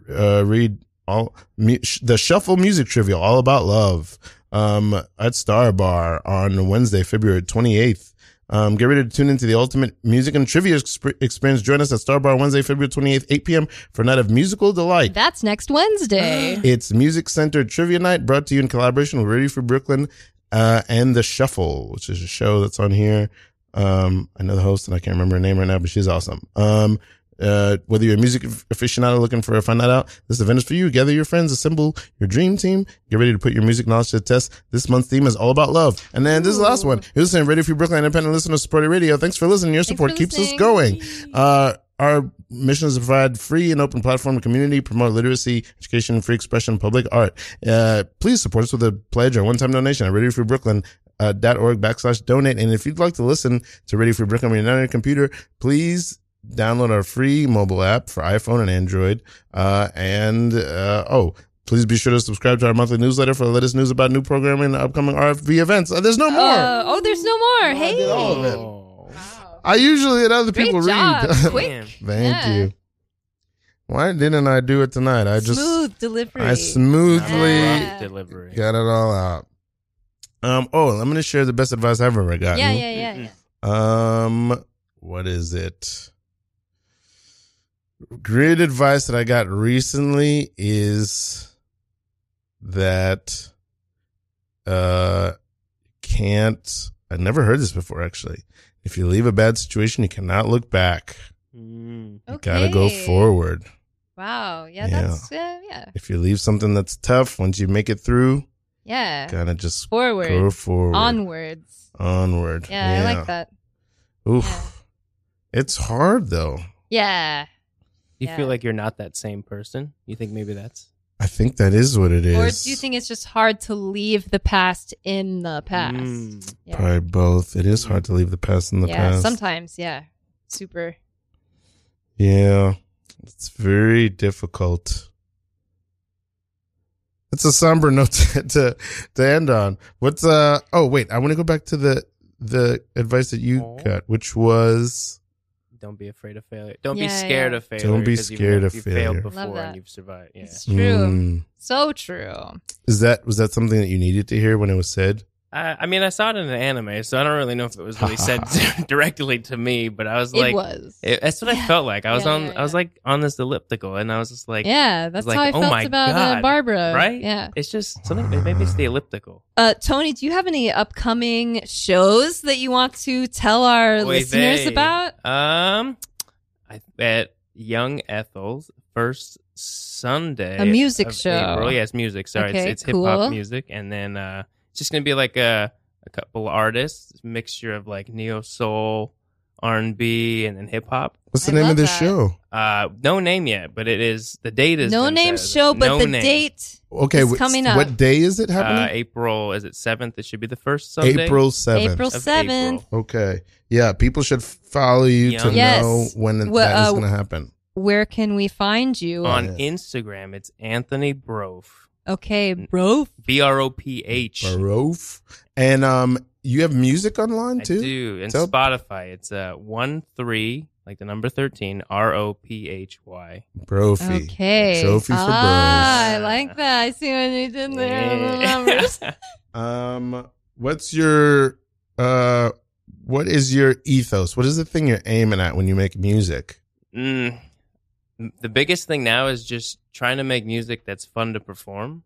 [SPEAKER 3] uh, read all mu- sh- the Shuffle Music Trivia, all about love, um, at Star Bar on Wednesday, February 28th. Um, get ready to tune into the ultimate music and trivia exp- experience. Join us at Star Bar Wednesday, February 28th, 8 p.m. for a night of musical delight.
[SPEAKER 1] That's next Wednesday.
[SPEAKER 3] It's Music Center Trivia Night brought to you in collaboration with Radio for Brooklyn uh, and The Shuffle, which is a show that's on here. Um, I know the host and I can't remember her name right now, but she's awesome. Um, uh, whether you're a music aficionado looking for a fun night out, this event is for you. Gather your friends, assemble your dream team, get ready to put your music knowledge to the test. This month's theme is all about love. And then this is the last one. You're listening to Radio Free Brooklyn Independent Listener Supported Radio. Thanks for listening. Your
[SPEAKER 1] Thanks
[SPEAKER 3] support
[SPEAKER 1] for
[SPEAKER 3] keeps us
[SPEAKER 1] listening.
[SPEAKER 3] going. Uh, our mission is to provide free and open platform to community, promote literacy, education, free expression, public art. Uh, please support us with a pledge or one-time donation at Radio Free Brooklyn. Uh, dot org backslash donate. And if you'd like to listen to Radio Free Brooklyn when you're not on your computer, please download our free mobile app for iPhone and Android. Uh, and uh, oh, please be sure to subscribe to our monthly newsletter for the latest news about new programming and upcoming RFB events. Uh, there's no more.
[SPEAKER 1] Uh, oh, there's no more.
[SPEAKER 3] I did all of
[SPEAKER 1] hey.
[SPEAKER 3] it.
[SPEAKER 2] Oh.
[SPEAKER 1] Wow.
[SPEAKER 3] I usually let other
[SPEAKER 1] Great
[SPEAKER 3] people
[SPEAKER 1] job.
[SPEAKER 3] read.
[SPEAKER 1] Quick.
[SPEAKER 2] Damn.
[SPEAKER 3] Thank
[SPEAKER 1] Yeah.
[SPEAKER 3] you. Why didn't I do it tonight? I just
[SPEAKER 1] Smooth delivery.
[SPEAKER 3] I smoothly
[SPEAKER 1] Yeah.
[SPEAKER 2] delivery.
[SPEAKER 3] got it all out. Um. Oh, I'm gonna share the best advice I've ever gotten.
[SPEAKER 1] yeah, yeah, yeah, yeah.
[SPEAKER 3] Um. What is it? Great advice that I got recently is that uh can't. I never heard this before. Actually, if you leave a bad situation, you cannot look back.
[SPEAKER 2] Mm.
[SPEAKER 3] You gotta go
[SPEAKER 1] Okay.
[SPEAKER 3] forward.
[SPEAKER 1] Wow. Yeah,
[SPEAKER 3] Yeah.
[SPEAKER 1] that's, uh, yeah.
[SPEAKER 3] if you leave something that's tough, once you make it through,
[SPEAKER 1] Yeah.
[SPEAKER 3] Kind of just
[SPEAKER 1] Forward.
[SPEAKER 3] go forward,
[SPEAKER 1] Onwards.
[SPEAKER 3] onward.
[SPEAKER 1] Yeah, I like that.
[SPEAKER 3] Oof, it's hard though.
[SPEAKER 1] Yeah.
[SPEAKER 2] You
[SPEAKER 1] Yeah.
[SPEAKER 2] feel like you're not that same person. You think maybe that's
[SPEAKER 3] I think that is what it is.
[SPEAKER 1] Or do you think it's just hard to leave the past in the past?
[SPEAKER 2] Mm.
[SPEAKER 1] Yeah.
[SPEAKER 3] probably both? It is hard to leave the past in the
[SPEAKER 1] yeah,
[SPEAKER 3] past.
[SPEAKER 1] sometimes, yeah. Super.
[SPEAKER 3] Yeah, it's very difficult. It's a somber note to to, to end on. What's uh? Oh wait, I want to go back to the the advice that you
[SPEAKER 2] Aw.
[SPEAKER 3] got, which was
[SPEAKER 2] don't be afraid of failure. Don't be
[SPEAKER 1] Yeah,
[SPEAKER 2] scared
[SPEAKER 1] yeah.
[SPEAKER 2] of failure.
[SPEAKER 3] Don't be
[SPEAKER 2] 'cause you've-
[SPEAKER 3] scared of
[SPEAKER 2] you've
[SPEAKER 3] failure.
[SPEAKER 2] failed before
[SPEAKER 1] Love that.
[SPEAKER 2] and you've survived. Yeah.
[SPEAKER 1] It's true.
[SPEAKER 3] Mm.
[SPEAKER 1] So true.
[SPEAKER 3] is that was that something that you needed to hear when it was said?
[SPEAKER 2] I, I mean, I saw it in an anime, so I don't really know if it was really said directly to me, but I was like,
[SPEAKER 1] it was.
[SPEAKER 2] it- that's what
[SPEAKER 1] Yeah.
[SPEAKER 2] I felt like. I was
[SPEAKER 1] Yeah,
[SPEAKER 2] on,
[SPEAKER 1] yeah,
[SPEAKER 2] I was
[SPEAKER 1] yeah.
[SPEAKER 2] like on this elliptical, and I was just like,
[SPEAKER 1] yeah, that's
[SPEAKER 2] like,
[SPEAKER 1] how I
[SPEAKER 2] oh
[SPEAKER 1] felt
[SPEAKER 2] my
[SPEAKER 1] about Uh,
[SPEAKER 2] God,
[SPEAKER 1] Barbara.
[SPEAKER 2] right?
[SPEAKER 1] Yeah.
[SPEAKER 2] it's just something. Maybe it's the elliptical.
[SPEAKER 1] Uh, Tony, do you have any upcoming shows that you want to tell our
[SPEAKER 2] Oy
[SPEAKER 1] listeners
[SPEAKER 2] vey.
[SPEAKER 1] about?
[SPEAKER 2] Um, I at Young Ethel's first Sunday,
[SPEAKER 1] A music
[SPEAKER 2] of
[SPEAKER 1] show.
[SPEAKER 2] April. Yes, music. Sorry,
[SPEAKER 1] Okay,
[SPEAKER 2] it's, it's hip hop
[SPEAKER 1] cool.
[SPEAKER 2] music, and then uh, it's just gonna be like a a couple artists, mixture of like neo soul, R and B, and then hip hop.
[SPEAKER 3] What's the
[SPEAKER 1] I
[SPEAKER 3] name
[SPEAKER 1] love
[SPEAKER 3] of this
[SPEAKER 1] that.
[SPEAKER 3] show?
[SPEAKER 2] Uh, no name yet, but it is the date is
[SPEAKER 1] No
[SPEAKER 2] been
[SPEAKER 1] name
[SPEAKER 2] said.
[SPEAKER 1] show, but
[SPEAKER 2] No
[SPEAKER 1] the
[SPEAKER 2] name.
[SPEAKER 1] date
[SPEAKER 3] Okay,
[SPEAKER 1] It's
[SPEAKER 3] what's-
[SPEAKER 1] coming up.
[SPEAKER 3] what day is it
[SPEAKER 2] Uh,
[SPEAKER 3] happening?
[SPEAKER 2] April is it seventh? It should be the first Sunday.
[SPEAKER 3] April seventh.
[SPEAKER 1] April
[SPEAKER 2] of
[SPEAKER 1] seventh.
[SPEAKER 2] April.
[SPEAKER 3] Okay, yeah, people should follow you to
[SPEAKER 2] Young.
[SPEAKER 1] Yes.
[SPEAKER 3] know when
[SPEAKER 1] Well,
[SPEAKER 3] that is
[SPEAKER 1] uh,
[SPEAKER 3] going to happen.
[SPEAKER 1] Where can we find you?
[SPEAKER 2] on
[SPEAKER 3] Yeah.
[SPEAKER 2] Instagram. It's Anthony Brof.
[SPEAKER 1] okay, bro.
[SPEAKER 2] B R O P H.
[SPEAKER 3] Barof. And um, you have music online
[SPEAKER 2] I
[SPEAKER 3] too.
[SPEAKER 2] do. And
[SPEAKER 3] Tell-
[SPEAKER 2] Spotify, it's uh one three, like the number thirteen, R O P H Y.
[SPEAKER 3] Brophy.
[SPEAKER 1] Okay.
[SPEAKER 3] Trophy for
[SPEAKER 1] ah, I
[SPEAKER 2] bros.
[SPEAKER 1] like that. I see what you did there. with the numbers.
[SPEAKER 2] Yeah.
[SPEAKER 3] bros. Um, what's your uh, what is your ethos? What is the thing you're aiming at when you make music?
[SPEAKER 2] Mm. The biggest thing now is just trying to make music that's fun to perform.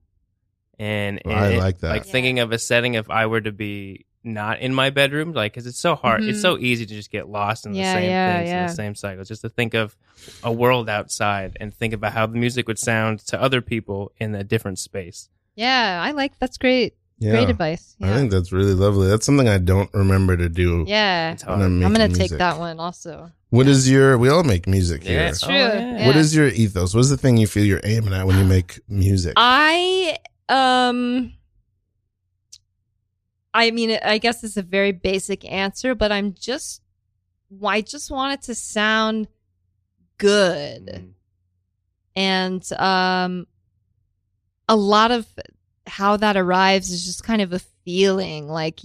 [SPEAKER 2] And,
[SPEAKER 3] Well, I
[SPEAKER 2] and it-
[SPEAKER 3] like that.
[SPEAKER 2] Eh, Like
[SPEAKER 1] Yeah.
[SPEAKER 2] thinking of a setting if I were to be not in my bedroom, like because it's so hard, it's
[SPEAKER 1] Mhm.
[SPEAKER 2] so easy to just get lost in the
[SPEAKER 1] Yeah,
[SPEAKER 2] same
[SPEAKER 1] yeah,
[SPEAKER 2] things,
[SPEAKER 1] yeah.
[SPEAKER 2] in the same cycles. Just to think of a world outside and think about how the music would sound to other people in a different space.
[SPEAKER 1] yeah, I like that's great. Great advice. Yeah.
[SPEAKER 3] I think that's really lovely. That's something I don't remember to do.
[SPEAKER 1] yeah.
[SPEAKER 2] It's
[SPEAKER 3] when
[SPEAKER 2] hard.
[SPEAKER 3] I'm,
[SPEAKER 1] I'm
[SPEAKER 3] making
[SPEAKER 1] going to take
[SPEAKER 3] music.
[SPEAKER 1] that one also.
[SPEAKER 3] What is your? We all make music here.
[SPEAKER 2] Yeah.
[SPEAKER 1] It's
[SPEAKER 2] Oh,
[SPEAKER 1] true.
[SPEAKER 2] yeah.
[SPEAKER 3] What is your ethos? What is the thing you feel you're aiming at when you make music?
[SPEAKER 1] Uh, I um I mean I guess it's a very basic answer, but I'm just I just want it to sound good.
[SPEAKER 2] Mm-hmm.
[SPEAKER 1] And um a lot of how that arrives is just kind of a feeling like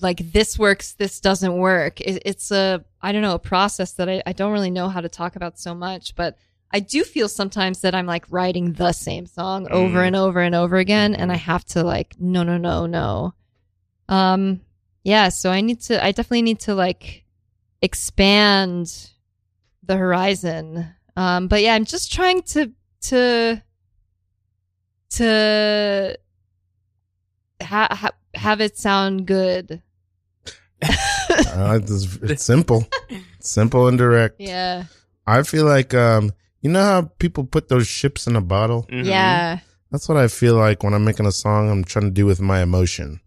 [SPEAKER 1] like this works, this doesn't work. It, it's a I don't know, a process that I, I don't really know how to talk about so much, but I do feel sometimes that I'm like writing the same song over
[SPEAKER 2] Mm.
[SPEAKER 1] and over and over again and
[SPEAKER 2] Mhm.
[SPEAKER 1] I
[SPEAKER 3] Mm-hmm.
[SPEAKER 1] have to like no no no no. Um yeah, so I need to I definitely need to like expand the horizon. Um but yeah, I'm just trying to to to ha- ha- have it sound good.
[SPEAKER 3] Uh, it's, it's simple, simple and direct.
[SPEAKER 1] Yeah.
[SPEAKER 3] I feel like um, you know how people put those ships in a bottle.
[SPEAKER 2] Mhm.
[SPEAKER 1] Yeah.
[SPEAKER 3] That's what I feel like when I'm making a song. I'm trying to do with my emotion.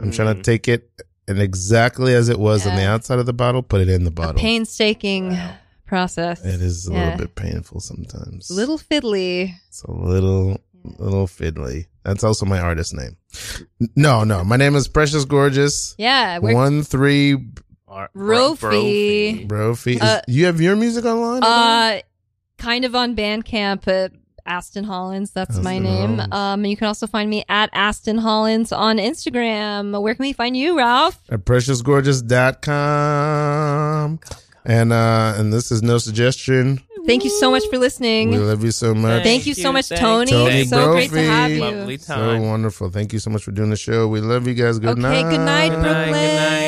[SPEAKER 3] I'm trying to
[SPEAKER 2] Mhm.
[SPEAKER 3] take it and exactly as it was on the
[SPEAKER 1] Yeah.
[SPEAKER 3] outside of the bottle, put it in the
[SPEAKER 1] A
[SPEAKER 3] bottle.
[SPEAKER 1] painstaking
[SPEAKER 2] Wow.
[SPEAKER 1] process.
[SPEAKER 3] it is a
[SPEAKER 1] Yeah.
[SPEAKER 3] little bit painful sometimes.
[SPEAKER 1] Little fiddly.
[SPEAKER 3] It's a little, little fiddly. That's also my artist name. N- No, no, my name is Precious Gorgeous.
[SPEAKER 1] Yeah. We're,
[SPEAKER 3] One three
[SPEAKER 2] Or-
[SPEAKER 1] Rofi.
[SPEAKER 2] Mm-hmm. Brophy.
[SPEAKER 3] Brophy. Is-
[SPEAKER 1] Uh,
[SPEAKER 3] you have your music online? Amanda?
[SPEAKER 1] uh, kind of on Bandcamp, but Aston Hollins, that's my
[SPEAKER 3] Aston
[SPEAKER 1] name.
[SPEAKER 3] Hollins.
[SPEAKER 1] Um, you can also find me at Aston Hollins on Instagram. Where can we find you, Ralph?
[SPEAKER 3] at preciousgorgeous.com. And uh and this is no suggestion.
[SPEAKER 1] Thank you so much for listening.
[SPEAKER 3] We love you so much.
[SPEAKER 1] Thank you so much, Tony.
[SPEAKER 3] Tony
[SPEAKER 1] so great to
[SPEAKER 3] Brophy.
[SPEAKER 1] have you.
[SPEAKER 2] Lovely
[SPEAKER 3] So
[SPEAKER 2] time.
[SPEAKER 3] wonderful. Thank you so much for doing the show. We love you guys. Good
[SPEAKER 1] Okay,
[SPEAKER 3] night.
[SPEAKER 1] good night,
[SPEAKER 2] Good night, good
[SPEAKER 1] Brooklyn.
[SPEAKER 2] night.